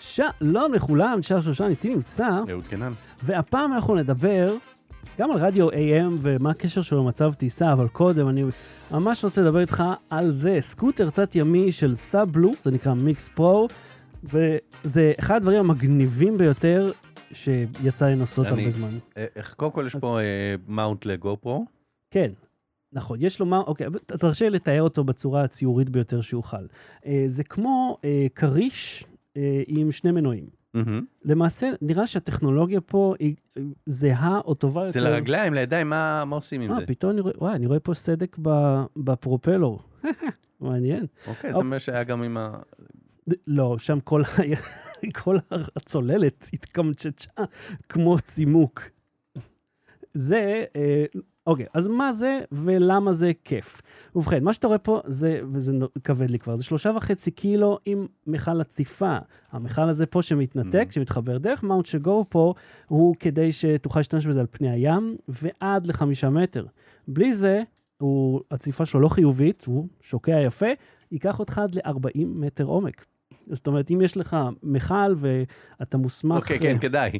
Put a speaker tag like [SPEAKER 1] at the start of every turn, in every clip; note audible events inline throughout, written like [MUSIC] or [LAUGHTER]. [SPEAKER 1] שלום לכולם, נשאר שושן, איתי נמצא,
[SPEAKER 2] אהוד קנן.
[SPEAKER 1] והפעם אנחנו נדבר גם על רדיו AM ומה הקשר שלו למצב טיסה, אבל קודם אני ממש רוצה לדבר איתך על זה, סקוטר תת-ימי של סאבלו, זה נקרא מיקס פרו, וזה אחד הדברים המגניבים ביותר שיצא לי לנסות
[SPEAKER 2] אני-
[SPEAKER 1] הרבה זמן.
[SPEAKER 2] אה, איך- קודם כל יש פה אה, מאונט לגו פרו.
[SPEAKER 1] כן, נכון, יש לו מה, אוקיי, אבל ת- תרשה לי לתאר אותו בצורה הציורית ביותר שאוכל. אה, זה כמו אה, כריש אה, עם שני מנועים. למעשה, נראה שהטכנולוגיה פה היא אה, זהה או טובה
[SPEAKER 2] זה
[SPEAKER 1] יותר.
[SPEAKER 2] לרגליים, לידיים, מה מה עושים עם
[SPEAKER 1] אוקיי. אה,
[SPEAKER 2] זה?
[SPEAKER 1] פתאום אני רואה, וואי, אני רואה פה סדק ב- בפרופלור. [LAUGHS] מעניין.
[SPEAKER 2] אוקיי, זה
[SPEAKER 1] אופ.
[SPEAKER 2] מה שהיה גם עם ה...
[SPEAKER 1] ד- לא, שם כל, ה- [LAUGHS] כל הצוללת התקמצ'צ'ה כמו צימוק. זה, אה, אוקיי, אז מה זה ולמה זה כיף? ובכן, מה שאתה רואה פה, זה, וזה נו- כבד לי כבר, זה שלושה וחצי קילו עם מכל הציפה. המכל הזה פה שמתנתק,
[SPEAKER 2] Mhm.
[SPEAKER 1] שמתחבר דרך מאונט שגו פה, הוא כדי שתוכל להשתמש בזה על פני הים, ועד לחמישה מטר. בלי זה, הוא, הציפה שלו לא חיובית, הוא שוקע יפה, ייקח אותך עד ל-40 מטר עומק. זאת אומרת, אם יש לך מכל ואתה מוסמך...
[SPEAKER 2] אוקיי, כן, כדאי.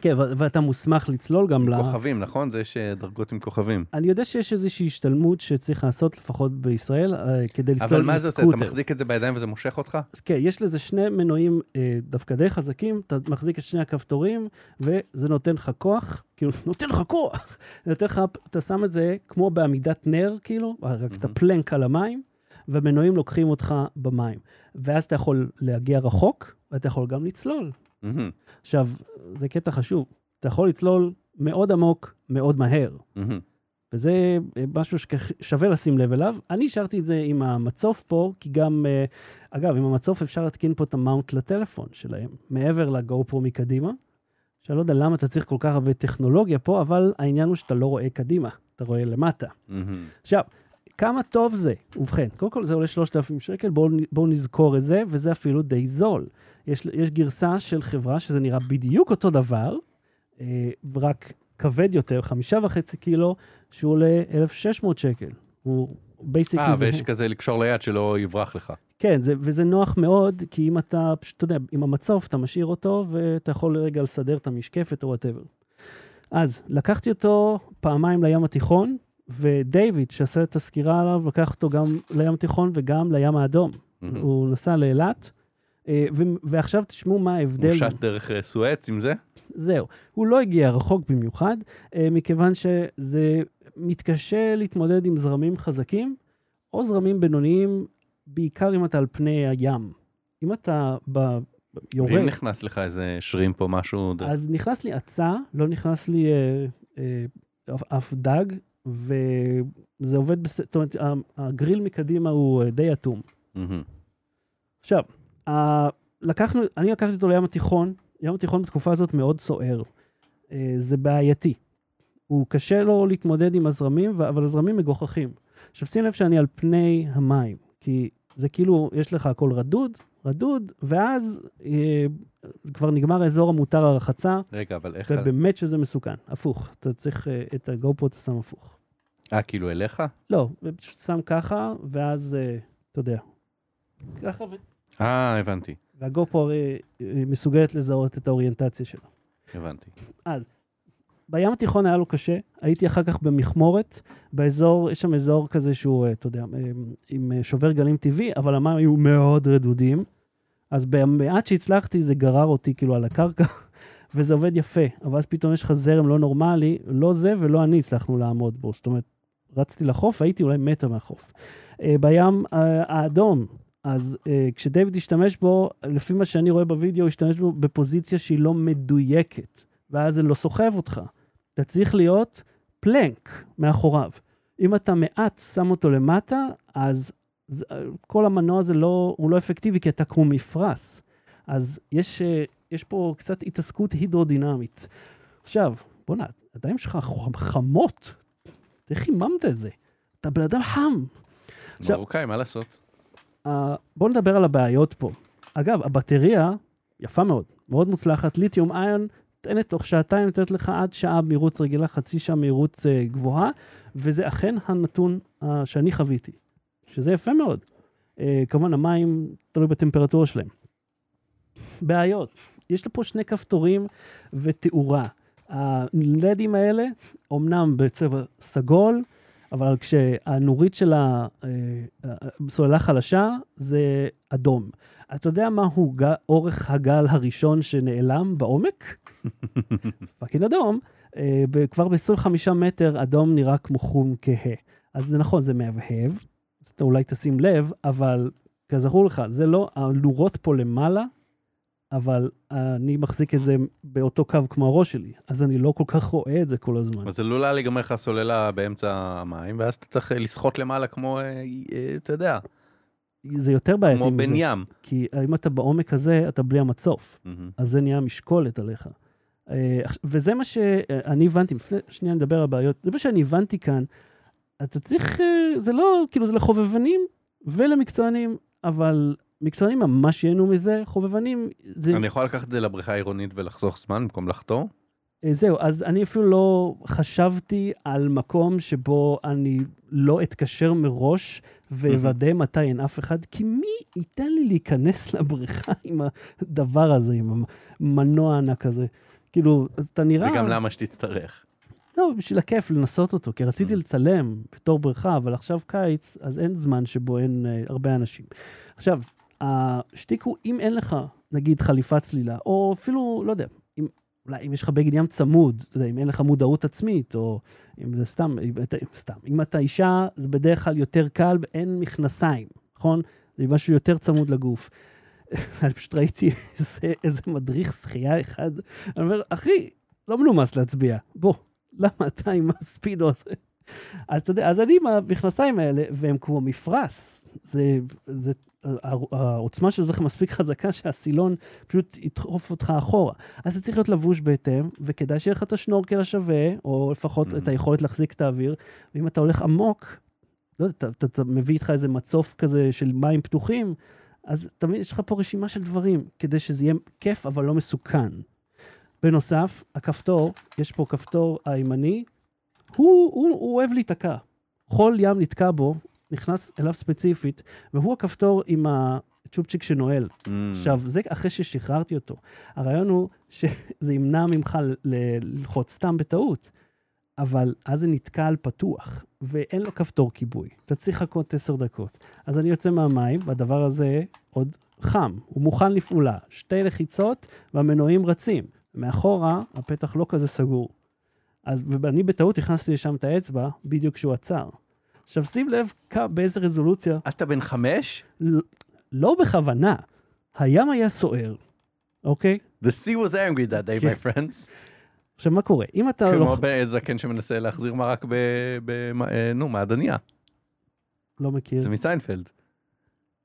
[SPEAKER 1] כן, ו- ואתה מוסמך לצלול גם ל...
[SPEAKER 2] כוכבים, נכון? זה יש אה, דרגות עם כוכבים.
[SPEAKER 1] אני יודע שיש איזושהי השתלמות שצריך לעשות, לפחות בישראל, אה, כדי לצלול עם סקוטר.
[SPEAKER 2] אבל מה זה עושה? אתה מחזיק את זה בידיים וזה מושך אותך?
[SPEAKER 1] אז כן, יש לזה שני מנועים אה, דווקא די חזקים, אתה מחזיק את שני הכפתורים, וזה נותן לך כוח, כאילו, [LAUGHS] נותן לך כוח. זה נותן לך, אתה שם את זה כמו בעמידת נר, כאילו, רק את
[SPEAKER 2] מהמם.
[SPEAKER 1] הפלנק על המים, והמנועים לוקחים אותך במים. ואז אתה יכול להגיע רחוק, ואתה יכול גם לצלול.
[SPEAKER 2] מהמם,
[SPEAKER 1] עכשיו, זה קטע חשוב, אתה יכול לצלול מאוד עמוק, מאוד מהר.
[SPEAKER 2] מהמם.
[SPEAKER 1] וזה אה, משהו ששווה לשים לב אליו. אני השארתי את זה עם המצוף פה, כי גם, אה, אגב, עם המצוף אפשר להתקין פה את המאונט לטלפון שלהם, מעבר לגו פרו מקדימה, שאני לא יודע למה אתה צריך כל כך הרבה טכנולוגיה פה, אבל העניין הוא שאתה לא רואה קדימה, אתה רואה למטה.
[SPEAKER 2] מהמם.
[SPEAKER 1] עכשיו, כמה טוב זה? ובכן, קודם כל זה עולה 3,000 שקל, בואו בוא נזכור את זה, וזה אפילו די זול. יש, יש גרסה של חברה שזה נראה בדיוק אותו דבר, אה, רק כבד יותר, חמישה וחצי קילו, שהוא עולה 1,600 שקל. הוא בייסיקלי
[SPEAKER 2] אה, ויש כזה לקשור ליד שלא יברח לך.
[SPEAKER 1] כן, זה, וזה נוח מאוד, כי אם אתה, פשוט, אתה יודע, עם המצוף אתה משאיר אותו, ואתה יכול לרגע לסדר את המשקפת או וואטאבר. אז לקחתי אותו פעמיים לים התיכון, ודייוויד, שעשה את הסקירה עליו, לקח אותו גם לים התיכון וגם לים האדום.
[SPEAKER 2] מהמם. הוא
[SPEAKER 1] הוא נסע לאילת, אה, ו- ועכשיו תשמעו מה ההבדל.
[SPEAKER 2] שט דרך אה, סואץ עם זה?
[SPEAKER 1] זהו. הוא לא הגיע רחוק במיוחד, אה, מכיוון שזה מתקשה להתמודד עם זרמים חזקים, או זרמים בינוניים, בעיקר אם אתה על פני הים. אם אתה ב... יורד,
[SPEAKER 2] ואם נכנס לך איזה שרים פה משהו? דרך-
[SPEAKER 1] אז נכנס לי עצה, לא נכנס לי אה, אה, אף- אף דג, וזה עובד בסדר, זאת אומרת, ה- הגריל מקדימה הוא אה, די אטום.
[SPEAKER 2] מהמם.
[SPEAKER 1] עכשיו, ה... לקחנו, אני לקחתי אותו לים התיכון, ים התיכון בתקופה הזאת מאוד סוער. אה, זה בעייתי. הוא קשה לו להתמודד עם הזרמים, ו- אבל הזרמים מגוחכים. עכשיו שים לב שאני על פני המים, כי זה כאילו, יש לך הכל רדוד, רדוד, ואז אה, כבר נגמר האזור המותר הרחצה,
[SPEAKER 2] רגע, אבל איך...
[SPEAKER 1] ובאמת שזה מסוכן, הפוך. אתה צריך אה, את הגו-פו, אתה שם הפוך.
[SPEAKER 2] אה, כאילו אליך?
[SPEAKER 1] לא, פשוט שם ככה, ואז, אה, אתה יודע. ככה, ו-
[SPEAKER 2] אה, הבנתי,
[SPEAKER 1] והגופו הרי אה, מסוגלת לזהות את האוריינטציה שלה.
[SPEAKER 2] הבנתי.
[SPEAKER 1] בים התיכון היה לו קשה, הייתי אחר כך במכמורת, באזור, יש שם אזור כזה שהוא, אה, אתה יודע, אה, עם אה, שובר גלים טבעי, אבל המים היו מאוד רדודים, אז במעט שהצלחתי זה גרר אותי כאילו על הקרקע, [LAUGHS] וזה עובד יפה, אבל אז פתאום יש לך זרם לא נורמלי, לא זה ולא אני הצלחנו לעמוד בו, זאת אומרת, רצתי לחוף, הייתי אולי מטר מהחוף. אה, בים אה, האדום, אז אה, כשדייוויד השתמש בו, לפי מה שאני רואה בווידאו, הוא השתמש בו בפוזיציה שהיא לא מדויקת, ואז זה לא סוחב אותך. אתה צריך להיות פלנק מאחוריו. אם אתה מעט שם אותו למטה, אז זה- כל המנוע הזה לא, הוא לא אפקטיבי, כי אתה כמו מפרש. אז יש, אה, יש פה קצת התעסקות הידרודינמית. עכשיו, בוא'נה, הידיים שלך חם- חמות. איך חיממת את זה? אתה בן אדם חם. עכשיו-
[SPEAKER 2] מרוקאי, אוקיי, מה לעשות?
[SPEAKER 1] Uh, בואו נדבר על הבעיות פה. אגב, הבטריה יפה מאוד, מאוד מוצלחת, ליתיום איון, נותנת תוך שעתיים, נותנת לך עד שעה מהירות רגילה, חצי שעה מהירות uh, גבוהה, וזה אכן הנתון uh, שאני חוויתי, אה, שזה יפה מאוד. Uh, כמובן, המים תלוי בטמפרטורה שלהם. בעיות. יש לו פה שני כפתורים ותאורה. הלדים האלה, אמנם בצבע סגול, אבל כשהנורית של הסוללה חלשה, זה אדום. אתה יודע מהו ג- אורך הגל הראשון שנעלם בעומק? פאקינג אדום. אה, ב- כבר ב-25 מטר אדום נראה כמו חום כהה. אז זה נכון, זה מהבהב, אז אתה אולי תשים לב, אבל כזכור לך, זה לא, הנורות פה למעלה, אבל אני מחזיק את זה באותו קו כמו הראש שלי, אז אני לא כל כך רואה את זה כל הזמן.
[SPEAKER 2] אז עלולה להיגמר לך הסוללה באמצע המים, ואז אתה צריך אה, לשחות למעלה כמו, אה, אה, אתה יודע,
[SPEAKER 1] זה יותר בעייתי
[SPEAKER 2] כמו
[SPEAKER 1] מזה,
[SPEAKER 2] בן ים.
[SPEAKER 1] כי אם אתה בעומק הזה, אתה בלי המצוף.
[SPEAKER 2] מהמם.
[SPEAKER 1] אז זה נהיה משקולת עליך. אה, עכש- וזה מה שאני הבנתי, לפני שנייה נדבר על בעיות, זה מה שאני הבנתי כאן. אתה צריך, אה, זה לא, כאילו, זה לחובבנים ולמקצוענים, אבל מקצוענים ממש ייהנו מזה, חובבנים, זה...
[SPEAKER 2] אני יכול לקחת את זה לבריכה העירונית ולחסוך זמן במקום לחתור?
[SPEAKER 1] אה, זהו, אז אני אפילו לא חשבתי על מקום שבו אני לא אתקשר מראש ואוודא מתי אין אף אחד, כי מי ייתן לי להיכנס [LAUGHS] לבריכה עם הדבר הזה, עם המנוע הענק הזה? כאילו, אז אתה נראה...
[SPEAKER 2] וגם למה שתצטרך.
[SPEAKER 1] לא, בשביל הכיף לנסות אותו, כי רציתי
[SPEAKER 2] Mm.
[SPEAKER 1] לצלם בתור בריכה, אבל עכשיו קיץ, אז אין זמן שבו אין אה, הרבה אנשים. עכשיו, השטיק הוא, אם אין לך, נגיד, חליפת צלילה, או אפילו, לא יודע, אם, אולי אם יש לך בגד ים צמוד, אתה יודע, אם אין לך מודעות עצמית, או אם זה סתם, אם אתה, סתם, אם אתה אישה, זה בדרך כלל יותר קל, אין מכנסיים, נכון? זה משהו יותר צמוד לגוף. [LAUGHS] אני פשוט ראיתי איזה, איזה מדריך שחייה אחד, אני אומר, אחי, לא מנומס להצביע, בוא. למה אתה עם הספידו הזה? אז אתה יודע, אז אני עם המכנסיים האלה, והם כמו מפרש. זה, זה, הע- העוצמה של זה מספיק חזקה שהסילון פשוט ידחוף אותך אחורה. אז זה צריך להיות לבוש בהתאם, וכדאי שיהיה לך את השנורקל השווה, או לפחות
[SPEAKER 2] Mhm.
[SPEAKER 1] את היכולת להחזיק את האוויר. ואם אתה הולך עמוק, לא יודע, אתה, אתה, אתה מביא איתך איזה מצוף כזה של מים פתוחים, אז אתה מבין, יש לך פה רשימה של דברים, כדי שזה יהיה כיף, אבל לא מסוכן. בנוסף, הכפתור, יש פה כפתור הימני, הוא, הוא, הוא אוהב להיתקע. חול ים נתקע בו, נכנס אליו ספציפית, והוא הכפתור עם הצ'ופצ'יק שנועל.
[SPEAKER 2] מהמם.
[SPEAKER 1] עכשיו, זה אחרי ששחררתי אותו. הרעיון הוא שזה ימנע ממך ל- ללחוץ סתם בטעות, אבל אז זה נתקע על פתוח, ואין לו כפתור כיבוי. אתה צריך לחכות עשר דקות. אז אני יוצא מהמים, והדבר הזה עוד חם, הוא מוכן לפעולה. שתי לחיצות והמנועים רצים. מאחורה, הפתח לא כזה סגור. אז אני בטעות הכנסתי לשם את האצבע, בדיוק כשהוא עצר. עכשיו שים לב כ- באיזה רזולוציה
[SPEAKER 2] Mm. אתה בן חמש?
[SPEAKER 1] ל- לא בכוונה. הים היה סוער, אוקיי?
[SPEAKER 2] The sea was angry that day,
[SPEAKER 1] כן.
[SPEAKER 2] my friends.
[SPEAKER 1] עכשיו, מה קורה? אם אתה
[SPEAKER 2] כמו
[SPEAKER 1] [LAUGHS] לא,
[SPEAKER 2] בן זקן שמנסה להחזיר מרק ב... ב- מה- אה, נו, מעדניה.
[SPEAKER 1] לא מכיר...
[SPEAKER 2] זה מסיינפלד.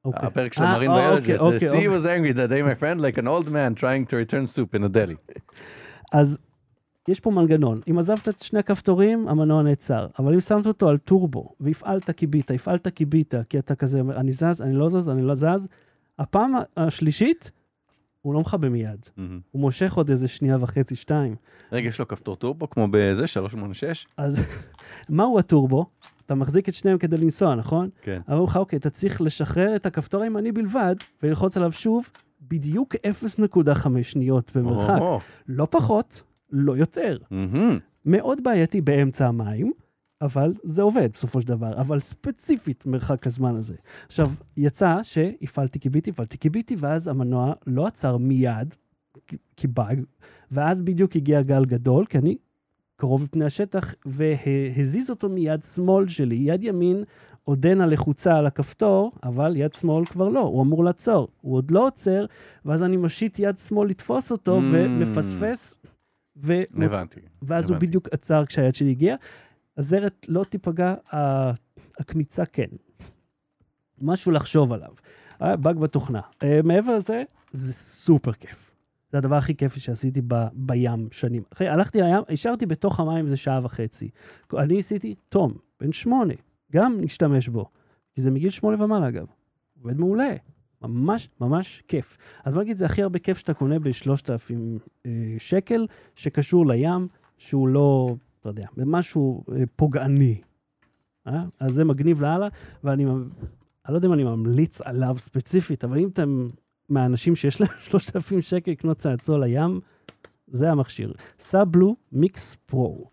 [SPEAKER 1] אוקיי.
[SPEAKER 2] הפרק של
[SPEAKER 1] אה,
[SPEAKER 2] מרין
[SPEAKER 1] אה, אוקיי,
[SPEAKER 2] ביולוגיה. The
[SPEAKER 1] אוקיי,
[SPEAKER 2] sea
[SPEAKER 1] אוקיי.
[SPEAKER 2] was angry that day, my friend, like an old man trying to return soup in a
[SPEAKER 1] [LAUGHS]
[SPEAKER 2] deli.
[SPEAKER 1] אוקיי. אז יש פה מנגנון. אם עזבת את שני הכפתורים, המנוע נעצר. אבל אם שמת אותו על טורבו, והפעלת קיבית, הפעלת קיבית, כי אתה כזה אומר, אני זז, אני לא זז, אני לא זז, הפעם השלישית, הוא לא מכבה מיד.
[SPEAKER 2] מהמם.
[SPEAKER 1] הוא מושך עוד איזה שנייה וחצי, שתיים.
[SPEAKER 2] רגע, יש לו כפתור טורבו כמו בזה, 386?
[SPEAKER 1] אז [LAUGHS] מהו הטורבו? אתה מחזיק את שניהם כדי לנסוע, נכון?
[SPEAKER 2] כן.
[SPEAKER 1] אמרו לך, אוקיי, אתה צריך לשחרר את הכפתור הימני בלבד, וללחוץ עליו שוב, בדיוק 0.5 שניות במרחק.
[SPEAKER 2] או, או.
[SPEAKER 1] לא פחות, לא יותר.
[SPEAKER 2] מהמם.
[SPEAKER 1] מאוד בעייתי באמצע המים, אבל זה עובד בסופו של דבר, אבל ספציפית מרחק הזמן הזה. עכשיו, יצא שהפעלתי קיביתי, הפעלתי קיביתי, ואז המנוע לא עצר מיד, כ- כבאג, ואז בדיוק הגיע גל גדול, כי אני קרוב לפני השטח, והזיז אותו מיד שמאל שלי, יד ימין עודנה לחוצה על הכפתור, אבל יד שמאל כבר לא, הוא אמור לעצור. הוא עוד לא עוצר, ואז אני מושיט יד שמאל לתפוס אותו
[SPEAKER 2] Mm.
[SPEAKER 1] ומפספס. ומוצא
[SPEAKER 2] הבנתי.
[SPEAKER 1] ואז הוא
[SPEAKER 2] הבנתי.
[SPEAKER 1] בדיוק עצר כשהיד שלי הגיעה. הזרת לא תיפגע, ה- הקמיצה כן. משהו לחשוב עליו. אה, באג בתוכנה. אה, מעבר לזה, זה סופר כיף. זה הדבר הכי כיפי שעשיתי ב, בים שנים. אחרי, הלכתי לים, השארתי בתוך המים איזה שעה וחצי. אני עשיתי תום, בן שמונה, גם נשתמש בו. כי זה מגיל שמונה ומעלה, אגב. עובד מעולה. ממש ממש כיף. אז בוא נגיד, זה הכי הרבה כיף שאתה קונה ב-3,000 אה, שקל, שקשור לים, שהוא לא, אתה יודע, משהו אה, פוגעני. אה? אז זה מגניב לאללה, ואני, ממ- אני לא יודע אם אני ממליץ עליו ספציפית, אבל אם אתם מהאנשים שיש להם [LAUGHS] 3,000 שקל לקנות צעצוע לים, זה המכשיר. סאבלו מיקס פרו.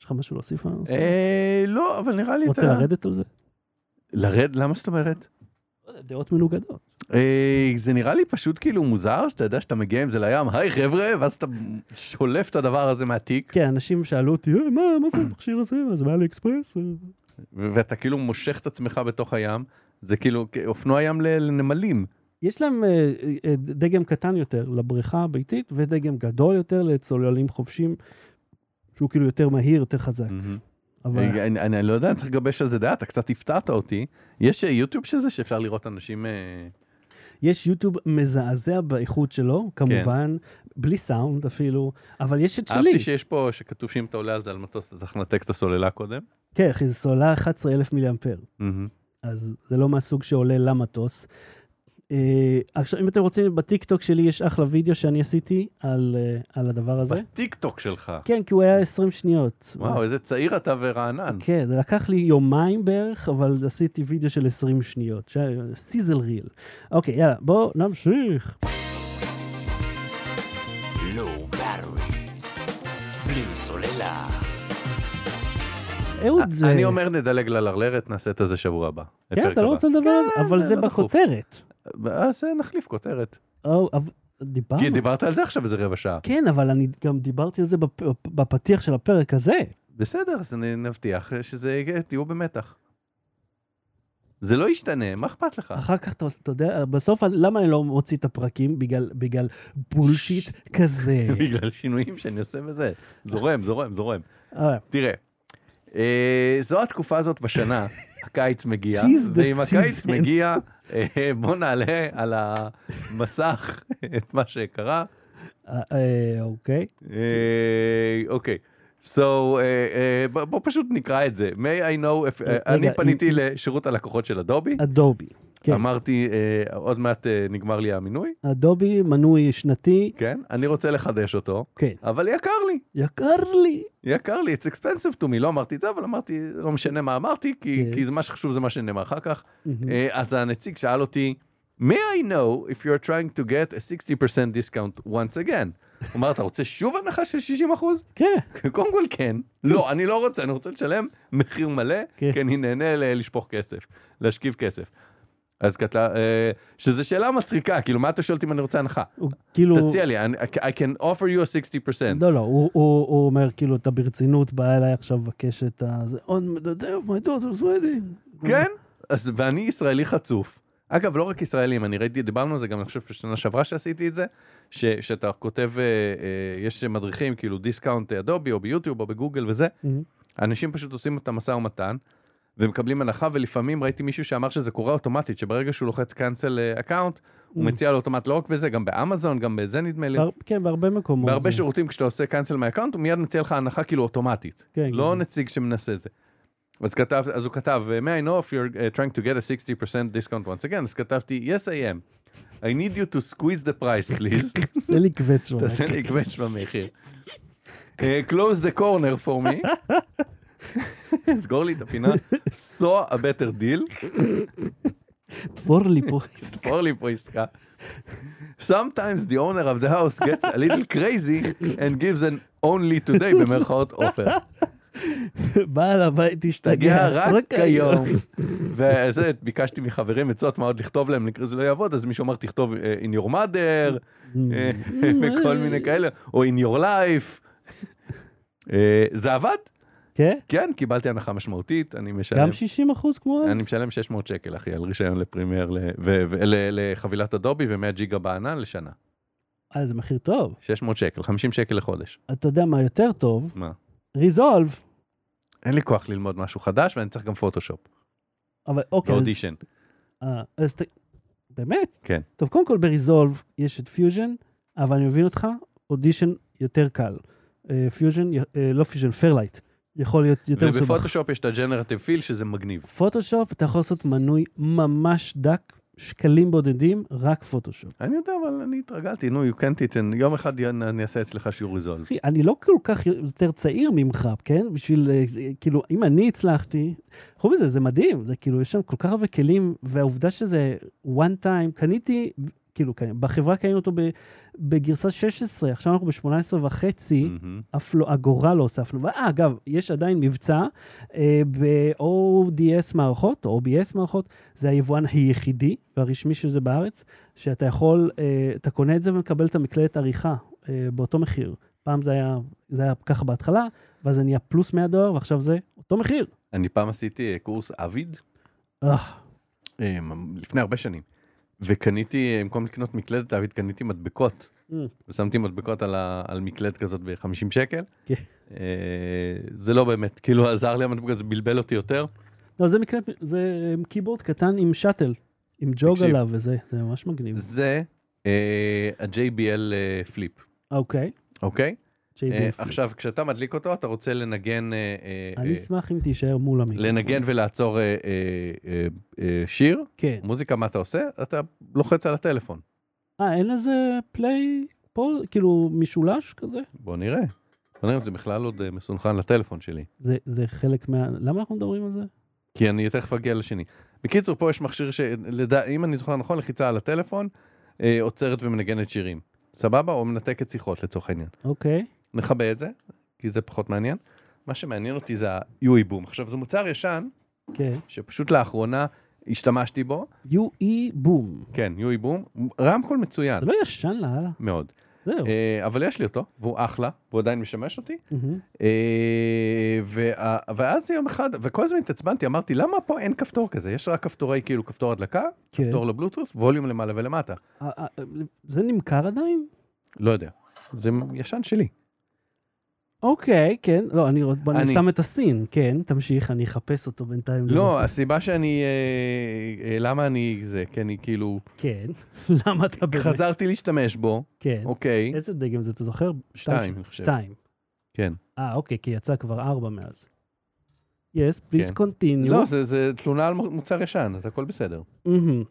[SPEAKER 1] יש לך משהו להוסיף על הנושא?
[SPEAKER 2] אה, לא, אבל נראה לי...
[SPEAKER 1] רוצה
[SPEAKER 2] אתה-
[SPEAKER 1] לרדת על זה?
[SPEAKER 2] לרד? למה זאת אומרת?
[SPEAKER 1] לא יודע, דעות מנוגדות.
[SPEAKER 2] אה, זה נראה לי פשוט כאילו מוזר שאתה יודע שאתה מגיע עם זה לים, היי חבר'ה, ואז אתה שולף את הדבר הזה מהתיק,
[SPEAKER 1] כן, אנשים שאלו אותי, "אה, מה, מה זה המכשיר הזה? מה זה מאלי אקספרס? אה,
[SPEAKER 2] ו- ואתה כאילו מושך את עצמך בתוך הים, זה כאילו כ- אופנוע ים ל- לנמלים.
[SPEAKER 1] יש להם אה, אה, דגם קטן יותר לבריכה הביתית, ודגם גדול יותר לצוללים חופשיים, שהוא כאילו יותר מהיר, יותר חזק. אבל
[SPEAKER 2] אה, אני אני לא יודע, אני צריך לגבש על זה דעה, אתה קצת הפתעת אותי. יש אה, יוטיוב של זה שאפשר לראות אנשים... אה,
[SPEAKER 1] יש יוטיוב מזעזע באיכות שלו,
[SPEAKER 2] כן.
[SPEAKER 1] כמובן, בלי סאונד אפילו, אבל יש את שלי.
[SPEAKER 2] אהבתי שיש פה, שכתוב שאם אתה עולה על זה על מטוס, אתה צריך לנתק את הסוללה קודם.
[SPEAKER 1] כן, אחי, זו עולה 11,000 מיליאמפר, אז זה לא מהסוג שעולה למטוס. אה, עכשיו, אם אתם רוצים, בטיקטוק שלי יש אחלה וידאו שאני עשיתי על, אה, על הדבר הזה.
[SPEAKER 2] בטיק טוק שלך.
[SPEAKER 1] כן, כי הוא היה 20 שניות.
[SPEAKER 2] וואו, איזה צעיר אתה ורענן.
[SPEAKER 1] כן, זה לקח לי יומיים בערך, אבל עשיתי וידאו של 20 שניות, סיזל ריל. אוקיי, יאללה, בואו נמשיך.
[SPEAKER 3] Low battery. בלי סוללה.
[SPEAKER 1] אהוד, זה...
[SPEAKER 2] אני אומר נדלג ללרלרת, נעשה את זה שבוע הבא.
[SPEAKER 1] כן,
[SPEAKER 2] לפרק
[SPEAKER 1] אתה לא
[SPEAKER 2] הבא.
[SPEAKER 1] רוצה לדבר על
[SPEAKER 2] כן,
[SPEAKER 1] זה, אבל
[SPEAKER 2] זה
[SPEAKER 1] זה
[SPEAKER 2] לא דחוף.
[SPEAKER 1] בכותרת.
[SPEAKER 2] ואז אה, נחליף כותרת.
[SPEAKER 1] או, אבל- דיברנו.
[SPEAKER 2] כי דיברת על זה עכשיו איזה רבע שעה.
[SPEAKER 1] כן, אבל אני גם דיברתי על זה בפ- בפתיח של הפרק הזה.
[SPEAKER 2] בסדר, אז נ- נבטיח אה, שזה, יהיה- תהיו במתח. זה לא ישתנה, מה אכפת לך?
[SPEAKER 1] אחר כך אתה אתה יודע, בסוף אני- למה אני לא מוציא את הפרקים? בגלל- בגלל בולשיט כזה.
[SPEAKER 2] [LAUGHS] [LAUGHS] בגלל שינויים שאני עושה בזה. זורם, זורם, זורם.
[SPEAKER 1] אה,
[SPEAKER 2] תראה, אה, זו התקופה הזאת
[SPEAKER 1] [LAUGHS]
[SPEAKER 2] בשנה, הקיץ מגיע,
[SPEAKER 1] Tis the
[SPEAKER 2] ואם הקיץ
[SPEAKER 1] season.
[SPEAKER 2] מגיע, אה, בוא נעלה על המסך [LAUGHS] את מה שקרה.
[SPEAKER 1] אה, אה, אוקיי.
[SPEAKER 2] אה, אוקיי. So, אה, אה, ב- בוא פשוט נקרא את זה. May I know if...
[SPEAKER 1] רגע,
[SPEAKER 2] אה, אני
[SPEAKER 1] אם-
[SPEAKER 2] פניתי לשירות הלקוחות של אדובי,
[SPEAKER 1] אדובי. כן.
[SPEAKER 2] אמרתי, אה, עוד מעט אה, נגמר לי המינוי,
[SPEAKER 1] אדובי מנוי שנתי.
[SPEAKER 2] כן? אני רוצה לחדש אותו,
[SPEAKER 1] כן.
[SPEAKER 2] אבל יקר לי,
[SPEAKER 1] יקר לי.
[SPEAKER 2] יקר לי, it's expensive to me, לא אמרתי את זה, אבל אמרתי, לא משנה מה אמרתי, כי,
[SPEAKER 1] כן. Mm-hmm.
[SPEAKER 2] כי זה מה שחשוב זה מה שנאמר אחר כך. אה, אז הנציג שאל אותי, may I know if you're trying to get a 60% discount once again? הוא אמר, אתה רוצה שוב הנחה של 60 אחוז?
[SPEAKER 1] כן.
[SPEAKER 2] קודם כל כן. לא, אני לא רוצה, אני רוצה לשלם מחיר מלא,
[SPEAKER 1] כן.
[SPEAKER 2] כי אני נהנה ל- לשפוך כסף, להשכיב כסף. אז כתב, שזו שאלה מצחיקה, כאילו, מה אתה שואל אותי אם אני רוצה הנחה?
[SPEAKER 1] הוא כאילו...
[SPEAKER 2] תציע לי, כן. אני- I can offer you a 60%.
[SPEAKER 1] לא, לא, הוא- הוא הוא אומר כאילו, אתה ברצינות בא אליי עכשיו לבקש את ה... זה, "Oh, my daughter's wedding."
[SPEAKER 2] כן? אז, ואני ישראלי חצוף. אגב, לא רק ישראלים, אני ראיתי, דיברנו על זה גם, אני חושב, בשנה שעברה שעשיתי את זה, ש, שאתה כותב, אה, אה, יש מדריכים, כאילו דיסקאונט אדובי, או ביוטיוב, או בגוגל וזה,
[SPEAKER 1] מהמם.
[SPEAKER 2] אנשים פשוט עושים את המשא ומתן, ומקבלים הנחה, ולפעמים ראיתי מישהו שאמר שזה קורה אוטומטית, שברגע שהוא לוחץ cancel אקאונט, הוא
[SPEAKER 1] Mm.
[SPEAKER 2] מציע לו אוטומט לא רק בזה, גם באמזון, גם בזה נדמה לי.
[SPEAKER 1] בהר- כן, בהרבה מקומות.
[SPEAKER 2] בהרבה
[SPEAKER 1] זה-
[SPEAKER 2] שירותים כשאתה עושה cancel מהאקאונט, הוא מיד מציע לך הנחה כאילו אוטומטית.
[SPEAKER 1] כן,
[SPEAKER 2] לא
[SPEAKER 1] כן.
[SPEAKER 2] נציג שמנסה זה. אז, כתב, אז הוא כתב, may I know if you're uh, trying to get a 60% discount once again, אז כתבתי, yes I am. I need you to squeeze the price,
[SPEAKER 1] [LAUGHS]
[SPEAKER 2] please.
[SPEAKER 1] זה לי קווץ שם.
[SPEAKER 2] תעשה לי קווץ' במחיר. אה, close the corner for me. סגור לי את הפינה, saw a better deal,
[SPEAKER 1] תפור לי פה. [LAUGHS]
[SPEAKER 2] ספור לי פה עסקה. Sometimes the owner of the house gets a little crazy and gives an only today במרכאות עופר.
[SPEAKER 1] בעל הבית
[SPEAKER 2] תגיע
[SPEAKER 1] השתגע
[SPEAKER 2] רק היום. וזה, ביקשתי מחברים עצות מה עוד לכתוב להם, לקרוא זה לא יעבוד, אז מישהו אמר תכתוב אה, in your mother,
[SPEAKER 1] [LAUGHS]
[SPEAKER 2] אה,
[SPEAKER 1] Mm.
[SPEAKER 2] וכל מיני כאלה, או in your life. אה, זה עבד?
[SPEAKER 1] כן?
[SPEAKER 2] כן, קיבלתי הנחה משמעותית, אני משלם,
[SPEAKER 1] גם 60 אחוז כמו... אז?
[SPEAKER 2] אני משלם 600 שקל, אחי, על רישיון לפרימייר, ל- ו- ו- ל- לחבילת אדובי ו-100 ג'יגה בענן לשנה.
[SPEAKER 1] אה, זה מחיר טוב.
[SPEAKER 2] 600 שקל, 50 שקל לחודש.
[SPEAKER 1] אתה יודע מה יותר טוב?
[SPEAKER 2] מה?
[SPEAKER 1] ריזולב.
[SPEAKER 2] אין לי כוח ללמוד משהו חדש, ואני צריך גם פוטושופ,
[SPEAKER 1] אבל אוקיי. אז-
[SPEAKER 2] ואודישן.
[SPEAKER 1] אה, אז ת- באמת?
[SPEAKER 2] כן.
[SPEAKER 1] טוב, קודם כל בריזולב יש את פיוז'ן, אבל אני מבין אותך, אודישן יותר קל. אה, פיוז'ן, אה, לא פיוז'ן, פרלייט. יכול להיות יותר מסובך.
[SPEAKER 2] ובפוטושופ יש את הג'נרטיב פיל, שזה מגניב.
[SPEAKER 1] פוטושופ, אתה יכול לעשות מנוי ממש דק, שקלים בודדים, רק פוטושופ.
[SPEAKER 2] אני יודע, אבל אני התרגלתי, נו, you can't it, and יום אחד י- אני אעשה אצלך שיעור ריזולב.
[SPEAKER 1] אחי, אני לא כל כך יותר צעיר ממך, כן? בשביל, אה, זה- כאילו, אם אני הצלחתי, חוץ מזה, זה מדהים, זה כאילו, יש שם כל כך הרבה כלים, והעובדה שזה one time, קניתי, כאילו, כן, בחברה קנינו אותו ב- בגרסה 16, עכשיו אנחנו ב-18 וחצי,
[SPEAKER 2] מהמם.
[SPEAKER 1] אף לא, אגורה לא הוספנו. אה, אגב, יש עדיין מבצע אה, ב-ODS מערכות, או OBS מערכות, זה היבואן היחידי והרשמי של זה בארץ, שאתה יכול, אה, אתה קונה את זה ומקבל את המקלדת עריכה אה, באותו מחיר. פעם זה היה, זה היה ככה בהתחלה, ואז זה נהיה פלוס 100 דולר, ועכשיו זה אותו מחיר.
[SPEAKER 2] אני פעם עשיתי אה, קורס אביד,
[SPEAKER 1] אה,
[SPEAKER 2] אה, לפני הרבה שנים, וקניתי, במקום לקנות מקלדת אביד, קניתי מדבקות.
[SPEAKER 1] אה.
[SPEAKER 2] ושמתי מדבקות על, ה, על מקלדת כזאת ב-50 שקל.
[SPEAKER 1] כן.
[SPEAKER 2] אה, זה לא באמת, כאילו עזר לי המדבקה, זה בלבל אותי יותר.
[SPEAKER 1] לא, זה מקלט, זה אה, קeyboard קטן עם שאטל, עם ג'וג
[SPEAKER 2] תקשיב.
[SPEAKER 1] עליו וזה, זה ממש מגניב.
[SPEAKER 2] זה אה, ה-JBL אה, פליפ,
[SPEAKER 1] אוקיי,
[SPEAKER 2] אוקיי? אה,
[SPEAKER 1] JBS.
[SPEAKER 2] עכשיו, כשאתה מדליק אותו, אתה רוצה לנגן... אה, אה,
[SPEAKER 1] אני
[SPEAKER 2] אה,
[SPEAKER 1] אשמח אם תישאר מול המיקרופון.
[SPEAKER 2] לנגן ולעצור אה, אה, אה, אה, שיר,
[SPEAKER 1] כן.
[SPEAKER 2] מוזיקה, מה אתה עושה? אתה לוחץ על הטלפון.
[SPEAKER 1] אה, אין לזה פליי פה, כאילו משולש כזה?
[SPEAKER 2] בוא נראה. בוא נראה אם זה בכלל עוד אה, מסונכן לטלפון שלי.
[SPEAKER 1] זה, זה חלק מה... למה אנחנו מדברים על זה?
[SPEAKER 2] כי אני תכף אגיע לשני. בקיצור, פה יש מכשיר שלדע, אם אני זוכר נכון, לחיצה על הטלפון, אה, עוצרת ומנגנת שירים. סבבה? או מנתקת שיחות לצורך העניין.
[SPEAKER 1] אוקיי.
[SPEAKER 2] נכבה את זה, כי זה פחות מעניין. מה שמעניין אותי זה ה-UE בום. עכשיו, זה מוצר ישן,
[SPEAKER 1] כן.
[SPEAKER 2] שפשוט לאחרונה השתמשתי בו.
[SPEAKER 1] UE בום.
[SPEAKER 2] כן, UE בום. רמקול מצוין,
[SPEAKER 1] E, זה לא ישן לאללה.
[SPEAKER 2] מאוד.
[SPEAKER 1] זהו.
[SPEAKER 2] אה, אבל יש לי אותו, והוא אחלה, והוא עדיין משמש אותי.
[SPEAKER 1] מהמם.
[SPEAKER 2] אה, וה- ואז יום אחד, וכל הזמן התעצבנתי, אמרתי, למה פה אין כפתור כזה? יש רק כפתורי, כאילו, כפתור הדלקה,
[SPEAKER 1] כן.
[SPEAKER 2] כפתור לבלוטוס, ווליום למעלה ולמטה.
[SPEAKER 1] אה, אה, זה נמכר עדיין?
[SPEAKER 2] לא יודע. זה ישן שלי.
[SPEAKER 1] אוקיי, כן. לא, אני עוד... בוא אני
[SPEAKER 2] אני-
[SPEAKER 1] שם את הסין. כן, תמשיך, אני אחפש אותו בינתיים.
[SPEAKER 2] לא, הסיבה שאני... אה, אה, למה אני... זה, כי אני כאילו...
[SPEAKER 1] כן. [LAUGHS] למה אתה באמת...
[SPEAKER 2] חזרתי להשתמש בו,
[SPEAKER 1] כן.
[SPEAKER 2] אוקיי.
[SPEAKER 1] איזה דגם זה, אתה זוכר?
[SPEAKER 2] שתיים, אני חושב.
[SPEAKER 1] שתיים.
[SPEAKER 2] כן.
[SPEAKER 1] אה, אוקיי, כי יצא כבר ארבע מאז. Yes, please
[SPEAKER 2] כן.
[SPEAKER 1] continue.
[SPEAKER 2] לא, זה- זה תלונה על מוצר ישן, אז הכל בסדר.
[SPEAKER 1] מהמם.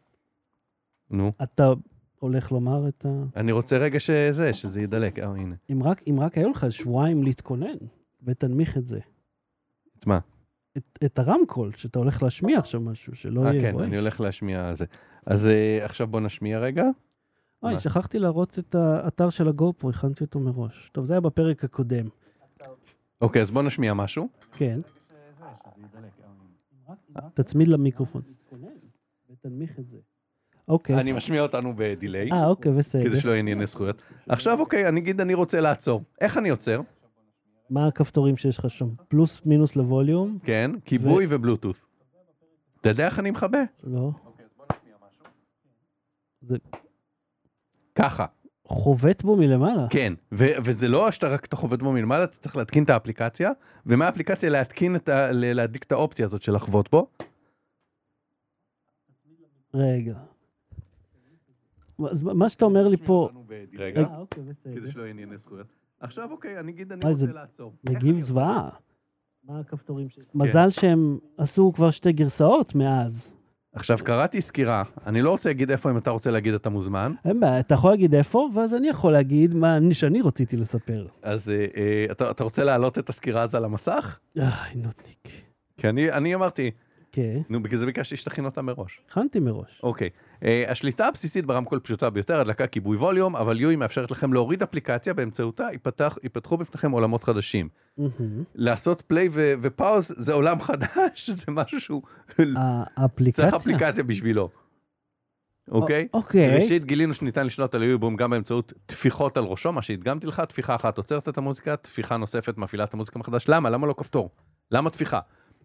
[SPEAKER 2] נו.
[SPEAKER 1] אתה הולך לומר את ה...
[SPEAKER 2] אני רוצה רגע שזה, שזה יידלק. אה, הנה.
[SPEAKER 1] אם רק, אם רק היו לך שבועיים להתכונן ותנמיך את זה,
[SPEAKER 2] את מה?
[SPEAKER 1] את, את הרמקול, שאתה הולך להשמיע עכשיו משהו, שלא
[SPEAKER 2] אה,
[SPEAKER 1] יהיה
[SPEAKER 2] כן,
[SPEAKER 1] רועש.
[SPEAKER 2] אני הולך להשמיע זה. אז אה, עכשיו בוא נשמיע רגע.
[SPEAKER 1] אוי,
[SPEAKER 2] מה?
[SPEAKER 1] שכחתי להראות את האתר של הגופו, הכנתי אותו מראש. טוב, זה היה בפרק הקודם.
[SPEAKER 2] אוקיי, אז בוא נשמיע משהו.
[SPEAKER 1] כן. תצמיד למיקרופון. ותנמיך את זה. אוקיי.
[SPEAKER 2] אני משמיע אותנו בדיליי,
[SPEAKER 1] אה, אוקיי, בסדר.
[SPEAKER 2] כדי שלא יהיה ענייני זכויות. עכשיו אוקיי, אני אגיד, אני רוצה לעצור. איך אני עוצר?
[SPEAKER 1] מה הכפתורים שיש לך שם? פלוס מינוס לווליום?
[SPEAKER 2] כן, כיבוי ובלוטות'. אתה יודע איך אני מכבה?
[SPEAKER 1] לא.
[SPEAKER 2] ככה,
[SPEAKER 1] חובט בו מלמעלה.
[SPEAKER 2] כן. ו- וזה לא שאתה רק אתה חובט בו מלמעלה, אתה צריך להתקין את האפליקציה, ומהאפליקציה להתקין את ה... ל- להדליק את האופציה הזאת של לחבוט בו.
[SPEAKER 1] רגע. אז מה שאתה אומר לי פה...
[SPEAKER 2] רגע,
[SPEAKER 1] אה, אוקיי, בסדר.
[SPEAKER 2] כדי שלא יהיה ענייני זכויות. עכשיו אוקיי, אני אגיד, אני
[SPEAKER 1] אוי,
[SPEAKER 2] רוצה
[SPEAKER 1] זה
[SPEAKER 2] לעצור. איך
[SPEAKER 1] מגיב
[SPEAKER 2] אני-
[SPEAKER 1] זוועה. מה הכפתורים ש...
[SPEAKER 2] כן.
[SPEAKER 1] מזל שהם עשו כבר שתי גרסאות מאז.
[SPEAKER 2] עכשיו קראתי סקירה, אני לא רוצה להגיד איפה אם אתה רוצה להגיד אתה מוזמן,
[SPEAKER 1] אין בעיה, אתה יכול להגיד איפה, ואז אני יכול להגיד מה אני- שאני רציתי לספר.
[SPEAKER 2] אז אה, אה, אתה, אתה רוצה להעלות את הסקירה הזו על המסך?
[SPEAKER 1] איי, נודניק.
[SPEAKER 2] כי אני, אני אמרתי,
[SPEAKER 1] אה, כן,
[SPEAKER 2] נו בגלל זה ביקשתי שתכין אותה מראש.
[SPEAKER 1] הכנתי מראש.
[SPEAKER 2] אוקיי, אה, השליטה הבסיסית ברמקול פשוטה ביותר, הדלקה כיבוי ווליום, אבל יואי מאפשרת לכם להוריד אפליקציה, באמצעותה ייפתח, ייפתחו בפניכם עולמות חדשים.
[SPEAKER 1] מהמם.
[SPEAKER 2] לעשות פליי ו- ופאוז זה עולם חדש, [LAUGHS] זה משהו שהוא
[SPEAKER 1] האפליקציה?
[SPEAKER 2] צריך אפליקציה בשבילו. אוקיי?
[SPEAKER 1] אוקיי.
[SPEAKER 2] ראשית גילינו שניתן לשלוט על יואי בום גם באמצעות טפיחות על ראשו, מה שהדגמתי לך, טפיחה אחת עוצרת את המוזיקה, טפיחה נוספת מפעילה את המוזיקה מחדש. למה? למה לא כפתור? למה טפיחה?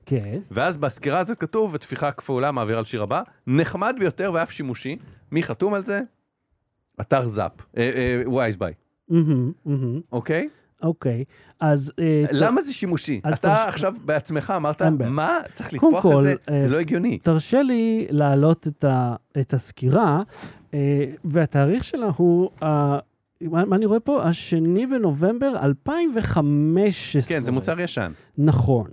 [SPEAKER 1] כן.
[SPEAKER 2] ואז בסקירה הזאת כתוב, וטפיחה כפולה מעבירה לשיר הבא, נחמד ביותר ואף שימושי. מי חתום על זה? אתר זאפ, אה, אה, ווייז ביי,
[SPEAKER 1] מהמם, מהמם.
[SPEAKER 2] אוקיי?
[SPEAKER 1] אוקיי, אז... אה,
[SPEAKER 2] למה זה שימושי?
[SPEAKER 1] אז
[SPEAKER 2] אתה
[SPEAKER 1] אתה-
[SPEAKER 2] עכשיו בעצמך אמרת,
[SPEAKER 1] אין בעיה.
[SPEAKER 2] מה? צריך
[SPEAKER 1] קודם
[SPEAKER 2] לטפוח את
[SPEAKER 1] כל,
[SPEAKER 2] זה?
[SPEAKER 1] אה,
[SPEAKER 2] זה לא הגיוני.
[SPEAKER 1] תרשה לי להעלות את, ה, את הסקירה, אה, והתאריך שלה הוא, אה, מה, מה אני רואה פה? השני בנובמבר 2015.
[SPEAKER 2] כן, זה מוצר ישן.
[SPEAKER 1] נכון.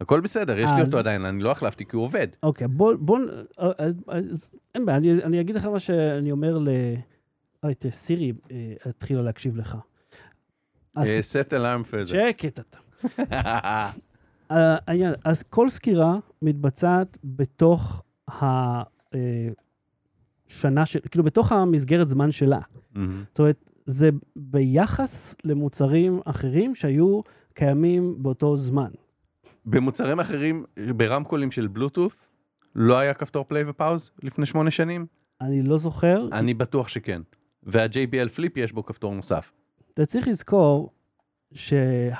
[SPEAKER 2] הכל בסדר, יש לי
[SPEAKER 1] אז-
[SPEAKER 2] אותו עדיין, אני לא החלפתי כי הוא עובד.
[SPEAKER 1] אוקיי, בוא, בוא, אה, אז- אז אין בעיה, אני, אני אגיד לך מה שאני אומר ל... אוי, תראה, סירי אה, התחילה להקשיב לך. אז
[SPEAKER 2] אה, set alarm for זה.
[SPEAKER 1] שקט אתה. אה, העניין, אז כל סקירה מתבצעת בתוך ה... אה, השנה של, כאילו בתוך המסגרת זמן שלה.
[SPEAKER 2] [LAUGHS] מהמם.
[SPEAKER 1] זאת אומרת, זה ביחס למוצרים אחרים שהיו קיימים באותו זמן.
[SPEAKER 2] במוצרים אחרים, ברמקולים של בלוטות', לא היה כפתור פליי ופאוז לפני שמונה שנים?
[SPEAKER 1] אני לא זוכר,
[SPEAKER 2] אני בטוח שכן. וה-JBL פליפ יש בו כפתור נוסף.
[SPEAKER 1] אתה צריך לזכור שהעניין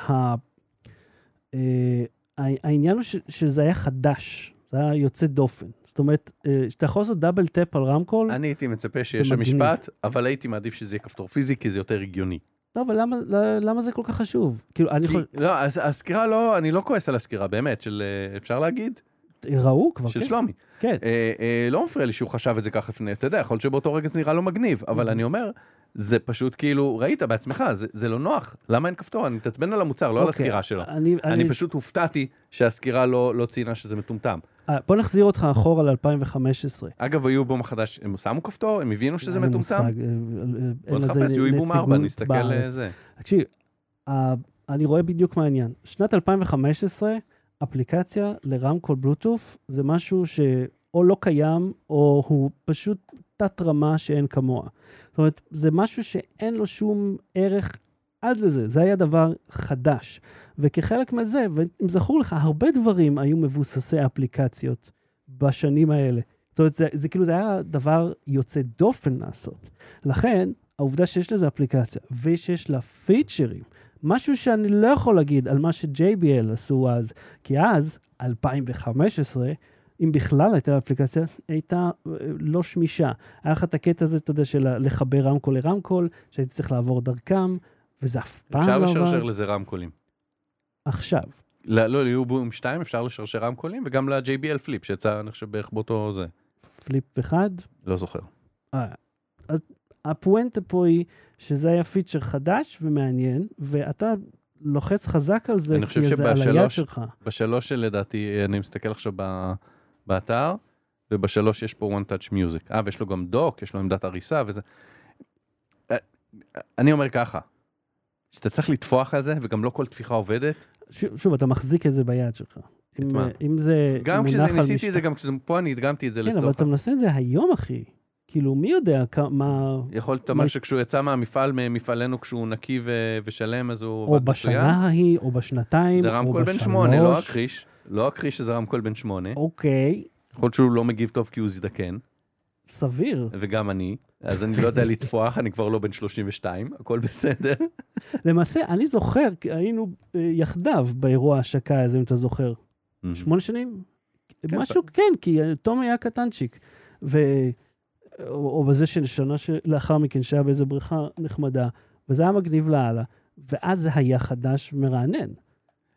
[SPEAKER 1] אה, הוא ש- שזה היה חדש, זה היה יוצא דופן. זאת אומרת, אה, שאתה יכול לעשות דאבל טאפ על רמקול,
[SPEAKER 2] אני הייתי מצפה שיש שם
[SPEAKER 1] מגניב.
[SPEAKER 2] משפט, אבל הייתי מעדיף שזה יהיה כפתור פיזי, כי זה יותר הגיוני.
[SPEAKER 1] לא, אבל למה- לא- למה זה כל כך חשוב? כאילו, אני
[SPEAKER 2] כי-
[SPEAKER 1] חושב,
[SPEAKER 2] לא, הס- הסקירה לא, אני לא כועס על הסקירה, באמת, של, אה, אפשר להגיד?
[SPEAKER 1] ראו כבר,
[SPEAKER 2] של
[SPEAKER 1] כן.
[SPEAKER 2] שלומי.
[SPEAKER 1] כן.
[SPEAKER 2] אה, אה, לא מפריע לי שהוא חשב את זה ככה לפני, אתה יודע, יכול להיות שבאותו רגע זה נראה לא מגניב,
[SPEAKER 1] אוקיי.
[SPEAKER 2] אבל אני אומר, זה פשוט כאילו, ראית בעצמך, זה זה לא נוח, למה אין כפתור? אני מתעצבן על המוצר, לא על
[SPEAKER 1] אוקיי,
[SPEAKER 2] הסקירה שלו.
[SPEAKER 1] אני, אני,
[SPEAKER 2] אני פשוט הופתעתי שהסקירה לא לא ציינה שזה מטומטם.
[SPEAKER 1] אה, בוא נחזיר אותך אחורה ל-2015.
[SPEAKER 2] אגב, היו בו מחדש, הם שמו כפתור, הם הבינו שזה מטומטם. בוא
[SPEAKER 1] אה, אין לזה
[SPEAKER 2] נחפש, יהיו איבום ארבע,
[SPEAKER 1] נציגות
[SPEAKER 2] נסתכל
[SPEAKER 1] בארץ.
[SPEAKER 2] אה, זה.
[SPEAKER 1] תקשיב, ה- אני רואה בדיוק מה העניין. שנת 2015, אפליקציה לרמקול בלוטוף זה משהו שאו לא קיים, או הוא פשוט תת-רמה שאין כמוה. זאת אומרת, זה משהו שאין לו שום ערך עד לזה. זה היה דבר חדש. וכחלק מזה, ואם זכור לך, הרבה דברים היו מבוססי אפליקציות בשנים האלה. זאת אומרת, זה, זה כאילו, זה היה דבר יוצא דופן לעשות. לכן, העובדה שיש לזה אפליקציה ושיש לה פיצ'רים, משהו שאני לא יכול להגיד על מה ש-JBL עשו אז, כי אז, 2015, אם בכלל הייתה אפליקציה, הייתה אה, לא שמישה. היה לך את הקטע הזה, אתה יודע, של ה- לחבר רמקול לרמקול, שהייתי צריך לעבור דרכם, וזה אף פעם לא
[SPEAKER 2] אפשר
[SPEAKER 1] עבד.
[SPEAKER 2] לשרשר לזה רמקולים.
[SPEAKER 1] עכשיו.
[SPEAKER 2] לא, לא, ליובום 2 אפשר לשרשר רמקולים, וגם ל-JBL פליפ, שיצא, אני חושב, בערך באותו זה.
[SPEAKER 1] פליפ אחד.
[SPEAKER 2] לא זוכר.
[SPEAKER 1] אה, אז הפואנטה פה היא שזה היה פיצ'ר חדש ומעניין, ואתה לוחץ חזק על זה,
[SPEAKER 2] אני חושב
[SPEAKER 1] כי זה על היד
[SPEAKER 2] שבשלוש-
[SPEAKER 1] שלך.
[SPEAKER 2] בשלוש שלדעתי, אני מסתכל עכשיו ב- באתר, ובשלוש יש פה one touch music. אה, ויש לו גם דוק, יש לו עמדת הריסה וזה. אה, אני אומר ככה, שאתה צריך לטפוח על זה, וגם לא כל טפיחה עובדת.
[SPEAKER 1] ש- שוב, אתה מחזיק את זה ביד שלך. אם, אה,
[SPEAKER 2] מה?
[SPEAKER 1] אם זה
[SPEAKER 2] גם
[SPEAKER 1] מונח
[SPEAKER 2] כשזה,
[SPEAKER 1] על
[SPEAKER 2] ניסיתי את זה,
[SPEAKER 1] משטח-
[SPEAKER 2] גם כשזה, פה אני הדגמתי את זה
[SPEAKER 1] כן, אבל
[SPEAKER 2] לצורך.
[SPEAKER 1] אתה מנסה את זה היום, אחי. כאילו, מי יודע כ- מה...
[SPEAKER 2] יכול להיות, אתה
[SPEAKER 1] מה-
[SPEAKER 2] אומר שכשהוא יצא מהמפעל, ממפעלנו, כשהוא נקי ו- ושלם, אז הוא
[SPEAKER 1] או
[SPEAKER 2] עבד מצוין.
[SPEAKER 1] בשנה ההיא, או בשנתיים,
[SPEAKER 2] זה
[SPEAKER 1] או
[SPEAKER 2] רמקול בן
[SPEAKER 1] בשלוש.
[SPEAKER 2] שמונה, לא אכחיש. לא אכחיש שזה רמקול בן שמונה.
[SPEAKER 1] אוקיי,
[SPEAKER 2] יכול להיות שהוא לא מגיב טוב כי הוא זדקן,
[SPEAKER 1] סביר.
[SPEAKER 2] וגם אני, אז אני לא יודע לטפוח, אני כבר לא בן 32, הכל בסדר.
[SPEAKER 1] למעשה, אני זוכר, כי היינו אה, יחדיו באירוע ההשקה הזה, אם אתה זוכר. שמונה שנים?
[SPEAKER 2] Mm-hmm. כן,
[SPEAKER 1] משהו, כן, כי תום היה קטנצ'יק. ו... או, או בזה של שנה שלאחר מכן, שהיה באיזה בריכה נחמדה, וזה היה מגניב לאללה, ואז זה היה חדש מרענן.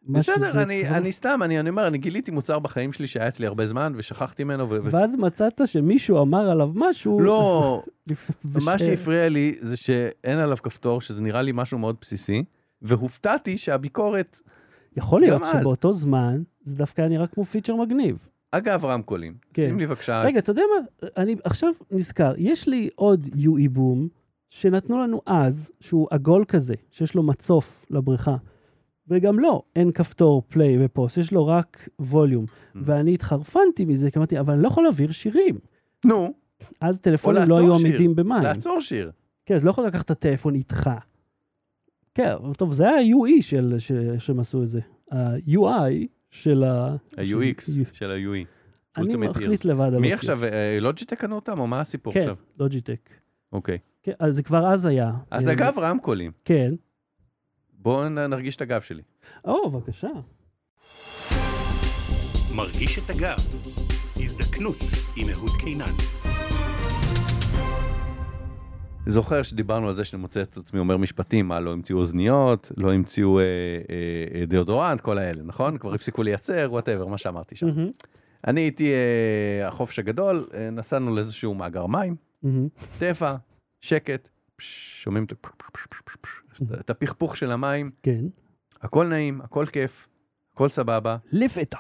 [SPEAKER 1] משהו
[SPEAKER 2] בסדר,
[SPEAKER 1] זה נכון.
[SPEAKER 2] אני-
[SPEAKER 1] כבר-
[SPEAKER 2] אני סתם, אני אני אומר, אני גיליתי מוצר בחיים שלי שהיה אצלי הרבה זמן, ושכחתי ממנו, ו... ו-
[SPEAKER 1] ואז מצאת שמישהו אמר עליו משהו. [LAUGHS]
[SPEAKER 2] לא,
[SPEAKER 1] וש-
[SPEAKER 2] מה שהפריע לי זה שאין עליו כפתור, שזה נראה לי משהו מאוד בסיסי, והופתעתי שהביקורת,
[SPEAKER 1] יכול להיות
[SPEAKER 2] גם אז.
[SPEAKER 1] שבאותו זמן, זה דווקא היה נראה כמו פיצ'ר מגניב.
[SPEAKER 2] אגב רמקולים,
[SPEAKER 1] כן.
[SPEAKER 2] שים לי בבקשה,
[SPEAKER 1] רגע, אתה יודע מה? אני עכשיו נזכר, יש לי עוד UE בום שנתנו לנו אז, שהוא עגול כזה, שיש לו מצוף לבריכה. וגם לו אין כפתור פליי ופוסט, יש לו רק ווליום.
[SPEAKER 2] Mm.
[SPEAKER 1] ואני התחרפנתי מזה, כי אמרתי, אבל אני לא יכול להעביר שירים.
[SPEAKER 2] נו,
[SPEAKER 1] אז טלפונים לא
[SPEAKER 2] לעצור
[SPEAKER 1] היו
[SPEAKER 2] שיר.
[SPEAKER 1] עמידים במים.
[SPEAKER 2] לעצור שיר.
[SPEAKER 1] כן, אז לא יכול לקחת את הטלפון איתך. כן, אבל טוב, זה היה ה-UE של, ש, שהם עשו את זה. ה-UI של ה...
[SPEAKER 2] ה-UX
[SPEAKER 1] של-
[SPEAKER 2] של E. ה-UE.
[SPEAKER 1] אני
[SPEAKER 2] Ultimate
[SPEAKER 1] מחליט לבד.
[SPEAKER 2] מי
[SPEAKER 1] אבל-
[SPEAKER 2] עכשיו, אה, לוג'יטק קנו אותם, או מה הסיפור
[SPEAKER 1] לא כן,
[SPEAKER 2] עכשיו?
[SPEAKER 1] לוג'יטק.
[SPEAKER 2] אוקיי.
[SPEAKER 1] כן, אז זה כבר אז היה.
[SPEAKER 2] אז
[SPEAKER 1] אה,
[SPEAKER 2] אגב רמקולים,
[SPEAKER 1] כן.
[SPEAKER 2] בואו נ- נרגיש את הגב שלי.
[SPEAKER 1] או, בבקשה.
[SPEAKER 4] מרגיש את הגב. הזדקנות עם אהוד קינן.
[SPEAKER 2] זוכר שדיברנו על זה שאני מוצא את עצמי אומר משפטים, מה לא המציאו אוזניות, לא המציאו אה, אה, אה, דאודורנט, כל האלה, נכון? כבר הפסיקו לייצר, וואטאבר, מה שאמרתי שם.
[SPEAKER 1] מהמם,
[SPEAKER 2] אני הייתי אה, החופש הגדול, אה, נסענו לאיזשהו מאגר מים,
[SPEAKER 1] מהמם.
[SPEAKER 2] טבע, שקט, פש, שומעים את ה- פש, פש, פש, פש, פש,
[SPEAKER 1] Mm.
[SPEAKER 2] את הפכפוך של המים,
[SPEAKER 1] כן.
[SPEAKER 2] הכל נעים, הכל כיף, הכל סבבה,
[SPEAKER 1] לפתע.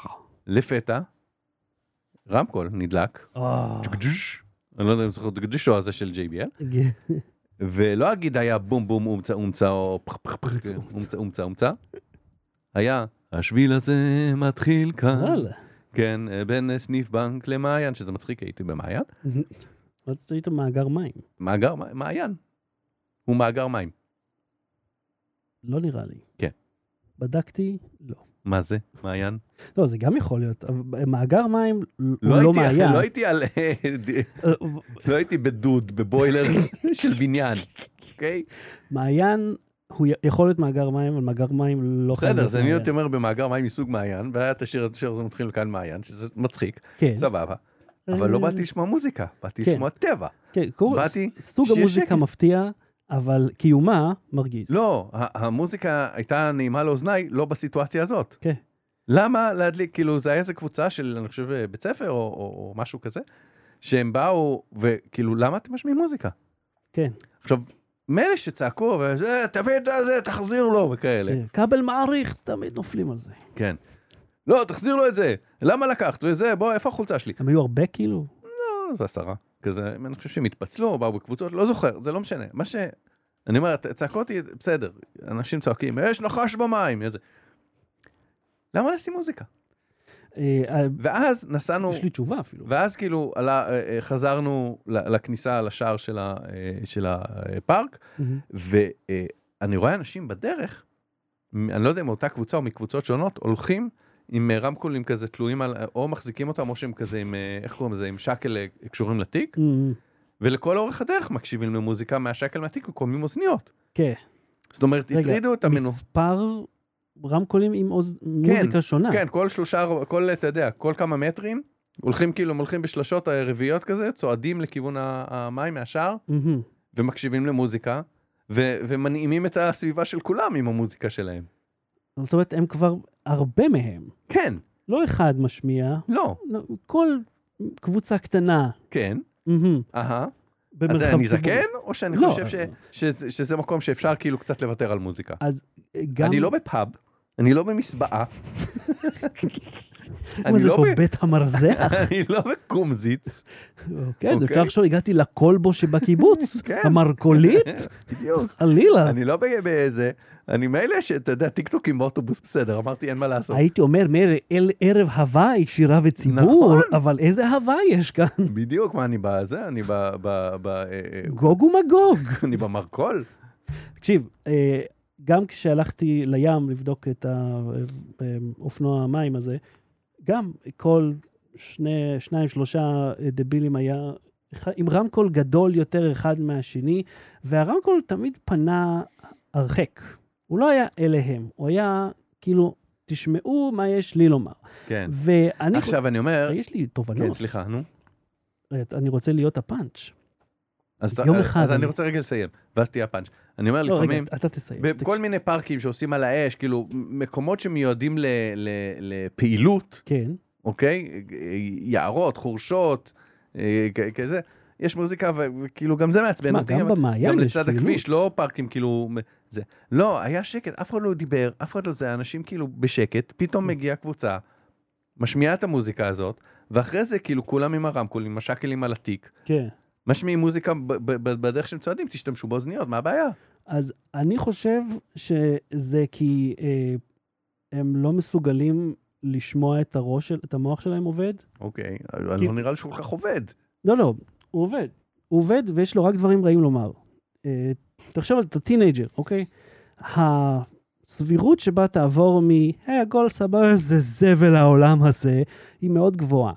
[SPEAKER 2] לפתע, רמקול נדלק,
[SPEAKER 1] אה,
[SPEAKER 2] גדש, אני לא יודע אם זוכר את הגדש או הזה של JBL,
[SPEAKER 1] כן.
[SPEAKER 2] ולא אגיד היה בום בום אומצה אומצה או פח פח פח
[SPEAKER 1] אומצה,
[SPEAKER 2] אומצה אומצה אומצה. היה השביל הזה מתחיל כאן, אה,
[SPEAKER 1] וואלה.
[SPEAKER 2] כן, בין סניף בנק למעיין, שזה מצחיק, הייתי במעיין.
[SPEAKER 1] אז היית מאגר מים.
[SPEAKER 2] מאגר, מ- מעיין. הוא מאגר מים.
[SPEAKER 1] לא נראה לי.
[SPEAKER 2] כן.
[SPEAKER 1] בדקתי, לא.
[SPEAKER 2] מה זה? מעיין?
[SPEAKER 1] לא, זה גם יכול להיות. אבל מאגר מים הוא
[SPEAKER 2] לא
[SPEAKER 1] לא
[SPEAKER 2] הייתי-
[SPEAKER 1] מעיין.
[SPEAKER 2] לא הייתי על...
[SPEAKER 1] אה,
[SPEAKER 2] [LAUGHS] לא הייתי בדוד, בבוילר [LAUGHS] של בניין,
[SPEAKER 1] [LAUGHS]
[SPEAKER 2] אוקיי?
[SPEAKER 1] מעיין הוא י- יכול להיות מאגר מים, אבל מאגר מים לא חייב
[SPEAKER 2] בסדר,
[SPEAKER 1] להיות
[SPEAKER 2] אז אני
[SPEAKER 1] מעיין.
[SPEAKER 2] הייתי אומר במאגר מים מסוג מעיין, והיה את השיר השיר הזה מתחיל כאן מעיין, שזה מצחיק,
[SPEAKER 1] כן.
[SPEAKER 2] סבבה. אבל לא באתי לשמוע מוזיקה, באתי
[SPEAKER 1] אה. כן.
[SPEAKER 2] לשמוע טבע.
[SPEAKER 1] כן, קוראים-
[SPEAKER 2] באתי,
[SPEAKER 1] סוג
[SPEAKER 2] שיהיה
[SPEAKER 1] המוזיקה
[SPEAKER 2] שקט.
[SPEAKER 1] מפתיע, אבל קיומה מרגיז.
[SPEAKER 2] לא, ה- המוזיקה הייתה נעימה לאוזניי, לא בסיטואציה הזאת.
[SPEAKER 1] כן.
[SPEAKER 2] למה להדליק, כאילו זה היה איזה קבוצה של, אני חושב, אה, בית ספר או, או, או משהו כזה, שהם באו, וכאילו, למה אתם משמיעים מוזיקה?
[SPEAKER 1] כן.
[SPEAKER 2] עכשיו, מילא שצעקו, וזה, תביא את זה, תחזיר לו, וכאלה.
[SPEAKER 1] כן. כבל מעריך, תמיד נופלים על זה.
[SPEAKER 2] כן. לא, תחזיר לו את זה, למה לקחת? וזה, בוא, איפה החולצה שלי?
[SPEAKER 1] הם היו הרבה כאילו?
[SPEAKER 2] לא, זה עשרה. כזה, אני חושב שהם התפצלו, באו בקבוצות, לא זוכר, זה לא משנה. מה ש... אני אומר, "הת- צעקות, היא- בסדר, אנשים צועקים, יש נחש במים, איזה... למה לשים מוזיקה?
[SPEAKER 1] אה, אה,
[SPEAKER 2] ואז נסענו,
[SPEAKER 1] יש לי תשובה אפילו.
[SPEAKER 2] ואז כאילו עלה, אה, אה, חזרנו ל- לכניסה לשער של ה- אה, של הפארק,
[SPEAKER 1] מהמם.
[SPEAKER 2] ואני רואה אנשים בדרך, מ- אני לא יודע אם מאותה קבוצה או מקבוצות שונות, הולכים עם אה, רמקולים כזה תלויים, על, או מחזיקים אותם, או שהם כזה עם, אה, איך קוראים לזה, עם שקל אה, קשורים לתיק,
[SPEAKER 1] מהמם.
[SPEAKER 2] ולכל אורך הדרך מקשיבים למוזיקה מהשקל מהתיק וקומים אוזניות.
[SPEAKER 1] כן.
[SPEAKER 2] זאת אומרת,
[SPEAKER 1] רגע,
[SPEAKER 2] הטרידו אותם ממנו.
[SPEAKER 1] מספר רמקולים עם אוז- מוזיקה שונה.
[SPEAKER 2] כן, כל שלושה, ארבע- כל, אתה יודע, כל כמה מטרים, הולכים כאילו, הם הולכים בשלשות הרביעיות כזה, צועדים לכיוון ה- המים מהשער,
[SPEAKER 1] מהמם.
[SPEAKER 2] ומקשיבים למוזיקה, ו- ומנעימים את הסביבה של כולם עם המוזיקה שלהם.
[SPEAKER 1] זאת אומרת, הם כבר, הרבה מהם,
[SPEAKER 2] כן,
[SPEAKER 1] לא אחד משמיע,
[SPEAKER 2] לא,
[SPEAKER 1] לא, כל קבוצה קטנה,
[SPEAKER 2] כן,
[SPEAKER 1] מהמם,
[SPEAKER 2] אהה. אז
[SPEAKER 1] במרחב
[SPEAKER 2] אני
[SPEAKER 1] ציבורי.
[SPEAKER 2] זקן, או שאני
[SPEAKER 1] לא,
[SPEAKER 2] חושב ש-
[SPEAKER 1] לא.
[SPEAKER 2] שזה- שזה מקום שאפשר כאילו קצת לוותר על מוזיקה?
[SPEAKER 1] גם...
[SPEAKER 2] אני לא בפאב, אני לא
[SPEAKER 1] [LAUGHS]
[SPEAKER 2] במסבעה.
[SPEAKER 1] מה
[SPEAKER 2] אני
[SPEAKER 1] זה
[SPEAKER 2] לא
[SPEAKER 1] פה
[SPEAKER 2] ב-
[SPEAKER 1] בית
[SPEAKER 2] [LAUGHS]
[SPEAKER 1] המרזח?
[SPEAKER 2] אני לא בקומזיץ.
[SPEAKER 1] כן,
[SPEAKER 2] אוקיי.
[SPEAKER 1] אפשר לחשוב, הגעתי לכלבו שבקיבוץ,
[SPEAKER 2] [LAUGHS] כן. [LAUGHS]
[SPEAKER 1] המרכולית,
[SPEAKER 2] בדיוק.
[SPEAKER 1] חלילה.
[SPEAKER 2] אני לא ב- באיזה, אני מילא שאתה יודע, טיקטוקים באוטובוס בסדר, אמרתי אין מה לעשות.
[SPEAKER 1] הייתי אומר, מאיר, אל- ערב הוואי, שירה וציבור,
[SPEAKER 2] נכון.
[SPEAKER 1] אבל איזה הוואי יש
[SPEAKER 2] [LAUGHS]
[SPEAKER 1] כאן?
[SPEAKER 2] בדיוק, מה אני בזה? אני ב... ב- ב- אה, אה,
[SPEAKER 1] גוג ומגוג.
[SPEAKER 2] אני במרכול?
[SPEAKER 1] תקשיב, אה, גם כשהלכתי לים לבדוק את האופנוע המים הזה, גם כל שני, שניים, שלושה אה, דבילים היה אחד- עם רמקול גדול יותר אחד מהשני, והרמקול תמיד פנה הרחק. הוא לא היה אליהם, הוא היה כאילו, תשמעו מה יש לי לומר.
[SPEAKER 2] כן.
[SPEAKER 1] ואני...
[SPEAKER 2] עכשיו אני אומר,
[SPEAKER 1] אה, יש לי
[SPEAKER 2] כן,
[SPEAKER 1] תובנות,
[SPEAKER 2] סליחה, נו.
[SPEAKER 1] אה, אני רוצה להיות הפאנץ'.
[SPEAKER 2] אז אתה- אה,
[SPEAKER 1] יום אחד
[SPEAKER 2] אז אני
[SPEAKER 1] אני-
[SPEAKER 2] רוצה רגע לסיים, ואז תהיה הפאנץ'. אני אומר,
[SPEAKER 1] לא, רגע,
[SPEAKER 2] לפעמים,
[SPEAKER 1] אתה תסיים.
[SPEAKER 2] בכל
[SPEAKER 1] תקשיב.
[SPEAKER 2] מיני פארקים שעושים על האש, כאילו, מקומות שמיועדים ל- ל- לפעילות,
[SPEAKER 1] כן,
[SPEAKER 2] אוקיי? יערות, חורשות, אה, כ- כזה. יש מוזיקה, ו- וכאילו, גם זה מעצבן
[SPEAKER 1] מה,
[SPEAKER 2] אותי.
[SPEAKER 1] גם במעיין
[SPEAKER 2] גם
[SPEAKER 1] יש
[SPEAKER 2] לצד
[SPEAKER 1] פעילות.
[SPEAKER 2] הכביש, לא פארקים כאילו... מ- זה. לא, היה שקט, אף אחד לא דיבר, אף אחד לא זה, אנשים כאילו בשקט, פתאום
[SPEAKER 1] כן.
[SPEAKER 2] מגיעה קבוצה, משמיעה את המוזיקה הזאת, ואחרי זה כאילו כולם עם הרמקולים, השאקלים על התיק,
[SPEAKER 1] כן.
[SPEAKER 2] משמיעים מוזיקה ב- ב- ב- בדרך שהם צועדים, תשתמשו באוזניות, מה הבעיה?
[SPEAKER 1] אז אני חושב שזה כי אה, הם לא מסוגלים לשמוע את הראש, של, את המוח שלהם עובד.
[SPEAKER 2] אוקיי, אז
[SPEAKER 1] כי-
[SPEAKER 2] לא נראה לי שהוא כל כך עובד.
[SPEAKER 1] לא, לא, הוא עובד. הוא עובד ויש לו רק דברים רעים לומר. אה, תחשוב על זה, אתה טינג'ר, אוקיי? הסבירות שבה תעבור מ, היי, הכל סבבה, זה זבל העולם הזה, היא מאוד גבוהה.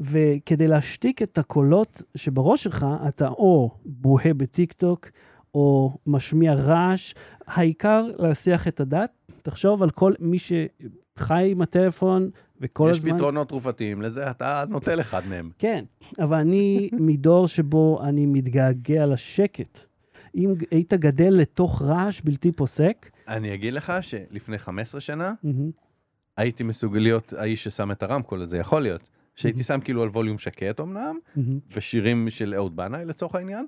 [SPEAKER 1] וכדי להשתיק את הקולות שבראש שלך, אתה או בוהה בטיקטוק, או משמיע רעש, העיקר להסיח את הדעת. תחשוב על כל מי שחי עם הטלפון, וכל
[SPEAKER 2] יש
[SPEAKER 1] הזמן...
[SPEAKER 2] פתרונות תרופתיים לזה, אתה נוטל אחד מהם.
[SPEAKER 1] כן, אבל [LAUGHS] אני מדור שבו אני מתגעגע לשקט. אם ג- היית גדל לתוך רעש בלתי פוסק,
[SPEAKER 2] אני אגיד לך שלפני 15 שנה, הייתי מסוגל להיות האיש ששם את הרמקול הזה, יכול להיות. שהייתי שם כאילו על ווליום שקט אמנם, ושירים של אהוד בנאי לצורך העניין,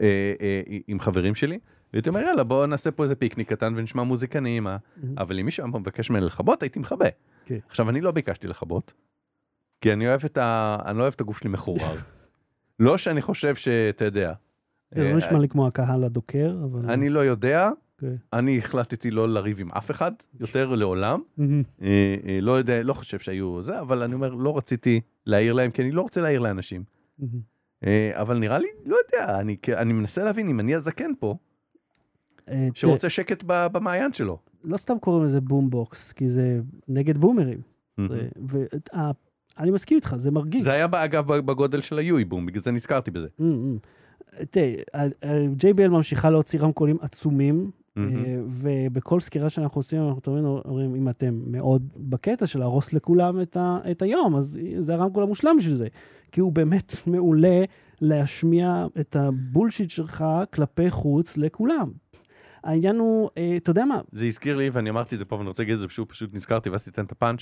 [SPEAKER 2] אה, אה, עם חברים שלי, והייתי אומר יאללה בוא נעשה פה איזה פיקניק קטן ונשמע מוזיקה נעימה, אבל אם מישהו היה מבקש ממני לכבות הייתי מכבה.
[SPEAKER 1] כן.
[SPEAKER 2] עכשיו אני לא ביקשתי לכבות, כי אני אוהב את ה... אני לא אוהב את הגוף שלי
[SPEAKER 1] [LAUGHS]
[SPEAKER 2] מחורר. לא שאני חושב שאתה יודע.
[SPEAKER 1] זה
[SPEAKER 2] אה,
[SPEAKER 1] לא נשמע לי כמו הקהל הדוקר, אבל...
[SPEAKER 2] אני לא יודע,
[SPEAKER 1] אוקיי.
[SPEAKER 2] אני החלטתי לא לריב עם אף אחד יותר לעולם.
[SPEAKER 1] מהמם.
[SPEAKER 2] אה, אה, לא יודע, לא חושב שהיו זה, אבל אני אומר, לא רציתי להעיר להם, כי אני לא רוצה להעיר לאנשים.
[SPEAKER 1] מהמם.
[SPEAKER 2] אה, אבל נראה לי, לא יודע, אני, כ- אני מנסה להבין אם אני הזקן פה,
[SPEAKER 1] אה, תראה,
[SPEAKER 2] שרוצה שקט ב, במעיין שלו.
[SPEAKER 1] לא סתם קוראים לזה בום בוקס, כי זה נגד בומרים. זה- ואת- ה- אני מסכים איתך, זה מרגיש.
[SPEAKER 2] זה היה אגב בגודל של היואי בום, בגלל זה נזכרתי בזה.
[SPEAKER 1] Mm, mm. תראה, ה- ה- JBL ממשיכה להוציא רמקולים עצומים, אה, ובכל סקירה שאנחנו עושים, אנחנו תמיד אומרים, אם אתם מאוד בקטע של להרוס לכולם את, ה, את היום, אז זה הרמקול המושלם בשביל זה. כי הוא באמת [LAUGHS] מעולה להשמיע את הבולשיט שלך כלפי חוץ לכולם. העניין הוא, אה, אתה יודע מה,
[SPEAKER 2] זה הזכיר לי, ואני אמרתי את זה פה, ואני רוצה להגיד את זה שוב, פשוט נזכרתי, ואז תיתן את הפאנץ'.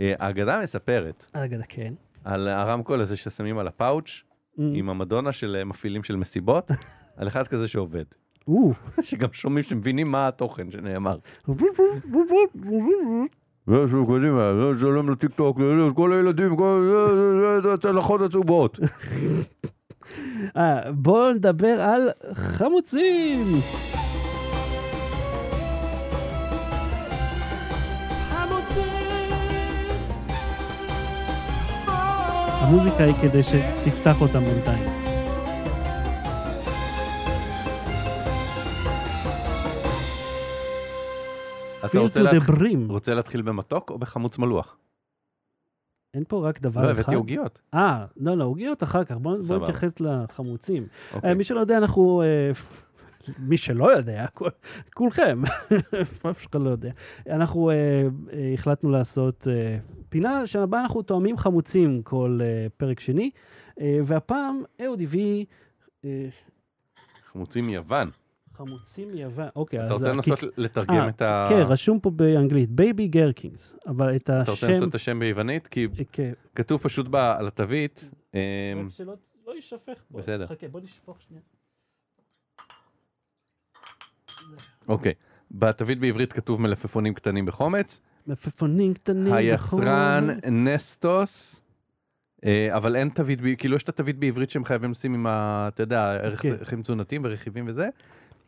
[SPEAKER 2] אה, האגדה מספרת
[SPEAKER 1] רגע, כן.
[SPEAKER 2] על הרמקול הזה ששמים על הפאוץ',
[SPEAKER 1] Mm.
[SPEAKER 2] עם המדונה של אה, מפעילים של מסיבות, על אחד כזה שעובד.
[SPEAKER 1] או.
[SPEAKER 2] שגם שומעים שמבינים מה התוכן שנאמר. שהוא קדימה, "אה, זה שלום לטיקטוק, כל הילדים, זה הצלחות [LAUGHS] הצהובות.
[SPEAKER 1] [LAUGHS] אה, בואו נדבר על חמוצים. המוזיקה היא כדי שתפתח אותם בינתיים.
[SPEAKER 2] אז אתה
[SPEAKER 1] Feel
[SPEAKER 2] רוצה
[SPEAKER 1] to
[SPEAKER 2] להתח-
[SPEAKER 1] the brim.
[SPEAKER 2] רוצה להתחיל במתוק או בחמוץ מלוח?
[SPEAKER 1] אין פה רק דבר
[SPEAKER 2] לא,
[SPEAKER 1] אחד.
[SPEAKER 2] הבאתי עוגיות.
[SPEAKER 1] אה, לא, לא, עוגיות אחר כך. בואו בוא
[SPEAKER 2] סבבה.
[SPEAKER 1] נתייחס לחמוצים.
[SPEAKER 2] אוקיי.
[SPEAKER 1] אה, מי שלא יודע, אנחנו... אה, [LAUGHS] מי שלא יודע, כול- כולכם, [LAUGHS] אף אחד לא יודע. אנחנו אה, אה, החלטנו לעשות אה, פינה שבה אנחנו תואמים חמוצים כל אה, פרק שני, אה, והפעם אהוד הביא אה,
[SPEAKER 2] חמוצים מיוון.
[SPEAKER 1] חמוצים מיוון. אוקיי, אז...
[SPEAKER 2] אתה רוצה
[SPEAKER 1] הכ-
[SPEAKER 2] לנסות לתרגם
[SPEAKER 1] אה,
[SPEAKER 2] את ה...
[SPEAKER 1] כן, רשום פה באנגלית, בייבי גרקינס, אבל את השם...
[SPEAKER 2] אתה רוצה לנסות את השם ביוונית? כי
[SPEAKER 1] אה, כן,
[SPEAKER 2] כתוב פשוט ב- על התווית, אמ,
[SPEAKER 1] רק שלא לא יישפך פה.
[SPEAKER 2] בסדר.
[SPEAKER 1] חכה, בוא נשפוך שנייה.
[SPEAKER 2] אוקיי. בתווית בעברית כתוב מלפפונים קטנים בחומץ.
[SPEAKER 1] מלפפונים קטנים.
[SPEAKER 2] היצרן
[SPEAKER 1] נכון.
[SPEAKER 2] נסטוס, אה, אבל אין תווית, ב- כאילו יש את התווית בעברית שהם חייבים לשים עם ה... אתה יודע, ערך-
[SPEAKER 1] כן. אה,
[SPEAKER 2] ערכים תזונתיים ורכיבים וזה,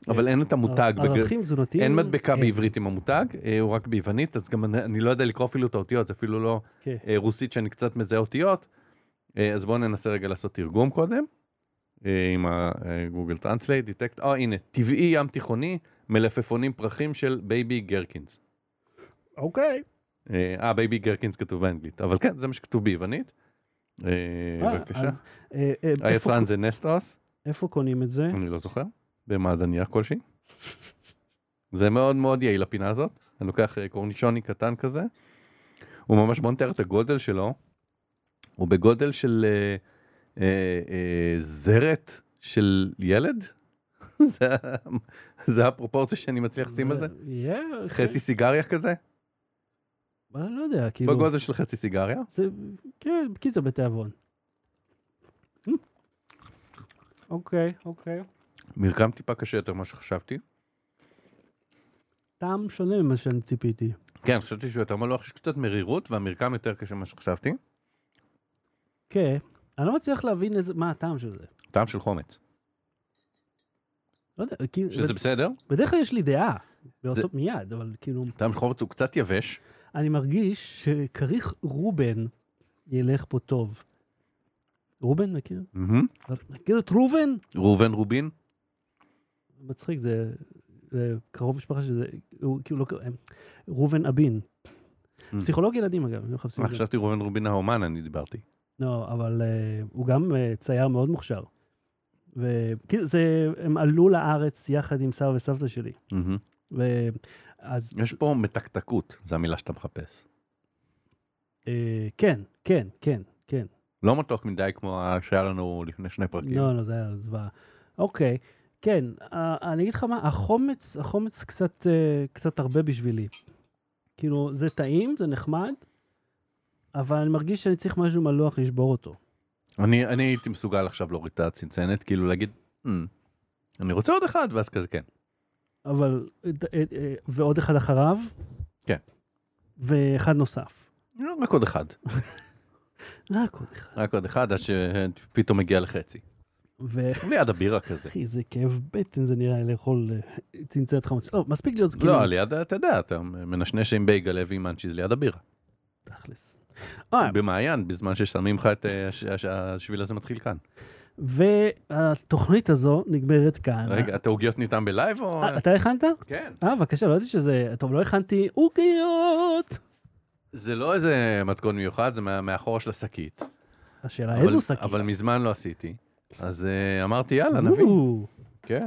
[SPEAKER 2] אבל אין את המותג. בג-
[SPEAKER 1] ערכים תזונתיים.
[SPEAKER 2] אין מדבקה
[SPEAKER 1] כן,
[SPEAKER 2] בעברית עם המותג, אה, הוא רק ביוונית, אז גם אני- אני לא יודע לקרוא אפילו את האותיות, זה אפילו לא
[SPEAKER 1] כן.
[SPEAKER 2] אה, רוסית שאני קצת מזהה אותיות. אה, אז בואו ננסה רגע לעשות תרגום קודם, אה, עם הגוגל טרנסלייט, דיטקט, אה הנה, טבעי ים תיכוני, מלפפונים פרחים של בייבי גרקינס.
[SPEAKER 1] אוקיי.
[SPEAKER 2] אה, אה, בייבי גרקינס כתוב באנגלית, אבל כן, זה מה שכתוב ביוונית. אה,
[SPEAKER 1] אה,
[SPEAKER 2] בבקשה.
[SPEAKER 1] אז, אה, אה, איפה- כן.
[SPEAKER 2] היצרן זה נסטוס,
[SPEAKER 1] איפה קונים את זה?
[SPEAKER 2] אני לא זוכר, במעדניה כלשהי. זה מאוד מאוד יעיל הפינה הזאת. אני לוקח אה, קורנישוני קטן כזה. הוא ממש, בוא נתאר את הגודל שלו. הוא בגודל של אה, אה, אה, זרת של ילד. [LAUGHS] זה ה- זה הפרופורציה שאני מצליח לשים על זה.
[SPEAKER 1] יהיה, אוקיי.
[SPEAKER 2] חצי סיגריה כזה,
[SPEAKER 1] אני לא יודע, כאילו.
[SPEAKER 2] בגודל של חצי סיגריה.
[SPEAKER 1] זה, כן, קיצר בתיאבון. אה. אוקיי, אוקיי.
[SPEAKER 2] מרקם טיפה קשה יותר ממה שחשבתי.
[SPEAKER 1] טעם שונה ממה שאני ציפיתי.
[SPEAKER 2] כן, חשבתי שהוא יותר מלוח, יש קצת מרירות והמרקם יותר קשה ממה שחשבתי.
[SPEAKER 1] כן. אני לא מצליח להבין איזה, מה הטעם של זה.
[SPEAKER 2] טעם של חומץ,
[SPEAKER 1] לא יודע, כאילו,
[SPEAKER 2] שזה בסדר.
[SPEAKER 1] בדרך כלל יש לי דעה, באותו מיד, אבל כאילו,
[SPEAKER 2] טעם של חומץ הוא קצת יבש.
[SPEAKER 1] אני מרגיש שכריך רובן ילך פה טוב. רובן, מכיר? מכיר את ראובן?
[SPEAKER 2] ראובן רובין,
[SPEAKER 1] מצחיק, זה זה קרוב משפחה שזה, הוא כאילו לא קרוב, ראובן אבין. פסיכולוג ילדים אגב, הם לא מחפשים
[SPEAKER 2] מה,
[SPEAKER 1] את זה.
[SPEAKER 2] חשבתי ראובן רובין האומן, אני דיברתי.
[SPEAKER 1] לא, אבל אה, הוא גם אה, צייר מאוד מוכשר. וכאילו, זה, הם עלו לארץ יחד עם סבא וסבתא שלי.
[SPEAKER 2] מהמם.
[SPEAKER 1] ואז,
[SPEAKER 2] יש פה מתקתקות, זו המילה שאתה מחפש.
[SPEAKER 1] אה, כן, כן, כן, כן.
[SPEAKER 2] לא מתוק מדי כמו ה- שהיה לנו לפני שני פרקים.
[SPEAKER 1] לא, לא, זה היה זוועה. אוקיי, כן, אה, אני אגיד לך מה, החומץ, החומץ קצת, אה, קצת הרבה בשבילי. כאילו, זה טעים, זה נחמד, אבל אני מרגיש שאני צריך משהו מלוח לשבור אותו.
[SPEAKER 2] אני אני הייתי מסוגל עכשיו להוריד את הצנצנת, כאילו להגיד, "Hmm, אני רוצה עוד אחד, ואז כזה כן.
[SPEAKER 1] אבל, אה, אה, אה, ועוד אחד אחריו.
[SPEAKER 2] כן.
[SPEAKER 1] ואחד נוסף.
[SPEAKER 2] "לא, רק עוד אחד,
[SPEAKER 1] רק עוד אחד.
[SPEAKER 2] רק עוד אחד, עד שפתאום מגיע לחצי.
[SPEAKER 1] ו...
[SPEAKER 2] ליד הבירה כזה.
[SPEAKER 1] אחי, זה כאב בטן, זה נראה לי לאכול אה, צנצנת חמוץ. לא, מספיק להיות זקנים.
[SPEAKER 2] לא, ליד, אתה יודע, אתה מנשנש עם בייגלה ועם מאנצ'יז ליד הבירה.
[SPEAKER 1] תכלס. אה,
[SPEAKER 2] במעיין, בזמן ששמים לך את אה, הש- הש- השביל הזה מתחיל כאן.
[SPEAKER 1] והתוכנית הזו נגמרת כאן.
[SPEAKER 2] רגע, את העוגיות ניתן בלייב או...
[SPEAKER 1] אה, אתה הכנת?
[SPEAKER 2] [LAUGHS] כן.
[SPEAKER 1] אה, בבקשה, לא ידעתי שזה... טוב, לא הכנתי עוגיות.
[SPEAKER 2] זה לא איזה מתכון מיוחד, זה מה- מהחור של השקית.
[SPEAKER 1] השאלה
[SPEAKER 2] אבל-
[SPEAKER 1] אה, איזו שקית.
[SPEAKER 2] אבל מזמן לא עשיתי. אז אה, אמרתי, יאללה, נביא.
[SPEAKER 1] או,
[SPEAKER 2] כן.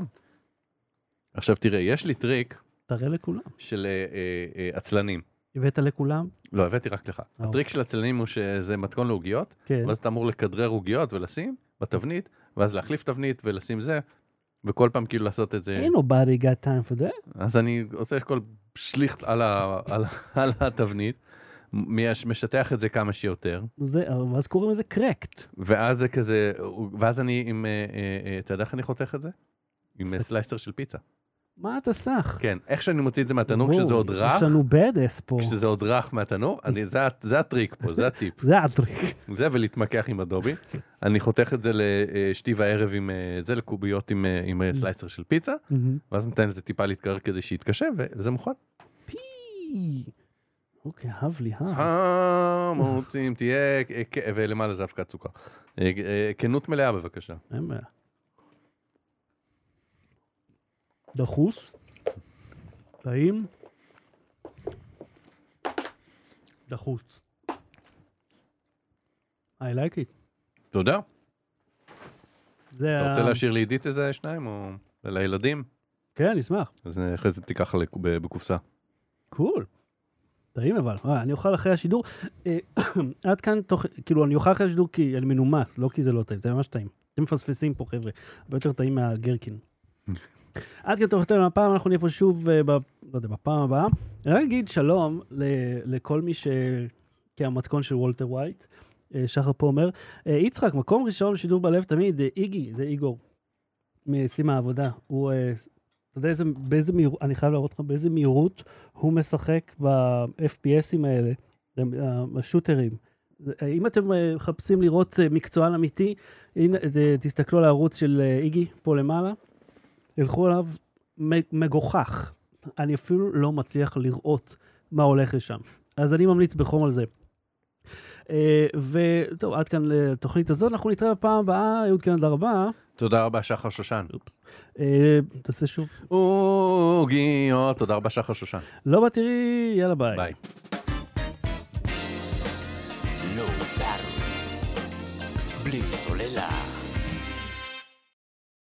[SPEAKER 2] עכשיו תראה, יש לי טריק
[SPEAKER 1] תראה לכולם.
[SPEAKER 2] של אה, אה, אה, עצלנים.
[SPEAKER 1] הבאת לכולם?
[SPEAKER 2] לא, הבאתי רק לך.
[SPEAKER 1] אה.
[SPEAKER 2] הטריק של עצלנים הוא שזה מתכון לעוגיות,
[SPEAKER 1] כן.
[SPEAKER 2] ואז אתה אמור לכדרר עוגיות ולשים בתבנית, ואז להחליף תבנית ולשים זה, וכל פעם כאילו לעשות את זה.
[SPEAKER 1] אין nobody got time for that.
[SPEAKER 2] אז אני עושה אשכול שליכט על, ה, על, ה- [LAUGHS] על התבנית, מש- משטח את זה כמה שיותר,
[SPEAKER 1] זה, ואז קוראים לזה קרקט.
[SPEAKER 2] ואז זה כזה, ואז אני עם, אה, אה, אה, אתה יודע איך אני חותך את זה? עם
[SPEAKER 1] ס-
[SPEAKER 2] סלייסר של פיצה.
[SPEAKER 1] מה אתה סך?
[SPEAKER 2] כן, איך שאני מוציא את זה מהתנור כשזה
[SPEAKER 1] וואו,
[SPEAKER 2] עוד רך,
[SPEAKER 1] יש לנו בדס פה.
[SPEAKER 2] כשזה עוד רך מהתנור, אני, זה, ה- זה הטריק פה, זה הטיפ.
[SPEAKER 1] זה הטריק. [LAUGHS]
[SPEAKER 2] זה ולהתמקח עם [LAUGHS] אדובי. אני חותך את זה לשתי הערב עם אה, זה, לקוביות עם, אה, עם אה, סלייסר של פיצה, ואז נותן לזה טיפה להתקרר כדי שיתקשה, וזה מוכן.
[SPEAKER 1] אוקיי, אהב לי,
[SPEAKER 2] Mm.
[SPEAKER 1] אה.
[SPEAKER 2] המוצים תהיה, אה, כ- ולמעלה זה אבקת סוכר. אה, אה, כנות מלאה בבקשה.
[SPEAKER 1] אין בעיה. דחוס. טעים. דחוס. I like it.
[SPEAKER 2] תודה. אה.
[SPEAKER 1] זה
[SPEAKER 2] אתה רוצה
[SPEAKER 1] ה-
[SPEAKER 2] להשאיר לעידית איזה שניים או לילדים?
[SPEAKER 1] כן, נשמח.
[SPEAKER 2] אז אה, אחרי זה תיקח ל- ב- בקופסה.
[SPEAKER 1] קול. טעים אבל. אה, אני אוכל אחרי השידור. אה, [COUGHS] עד כאן תוך... כאילו, אני אוכל אחרי השידור כי אני מנומס, לא כי זה לא טעים, זה ממש טעים. אתם מפספסים פה, חבר'ה. הרבה יותר טעים מהגרקין. עד כאן תוך יותר מהפעם, אנחנו נהיה פה שוב, אה, ב... לא יודע, בפעם הבאה. אני רק אגיד שלום ל... לכל מי ש... כהמתכון של וולטר ווייט, אה, שחר פומר. אה, יצחק, מקום ראשון שידור בלב תמיד, אה, איגי, זה איגור. מסימה העבודה. הוא... אה, אתה יודע איזה, באיזה מהירות, אני חייב להראות לך באיזה מהירות הוא משחק ב-FPSים האלה, הם, אה, השוטרים. זה- אה, אם אתם אה, מחפשים לראות אה, מקצוען אמיתי, הנה, אה, תסתכלו על הערוץ של אה, איגי פה למעלה, ילכו עליו מ- מגוחך. אני אפילו לא מצליח לראות מה הולך לשם. אז אני ממליץ בחום על זה. אה, וטוב, עד כאן לתוכנית הזו, אנחנו נתראה בפעם הבאה, אהוד כאן, תודה רבה.
[SPEAKER 2] תודה רבה שחר שושן.
[SPEAKER 1] אופס. אה, תעשה שוב.
[SPEAKER 2] עוגיות, תודה רבה שחר שושן.
[SPEAKER 1] לא בתראי, יאללה ביי.
[SPEAKER 2] ביי.
[SPEAKER 3] Low battery. Bli solela.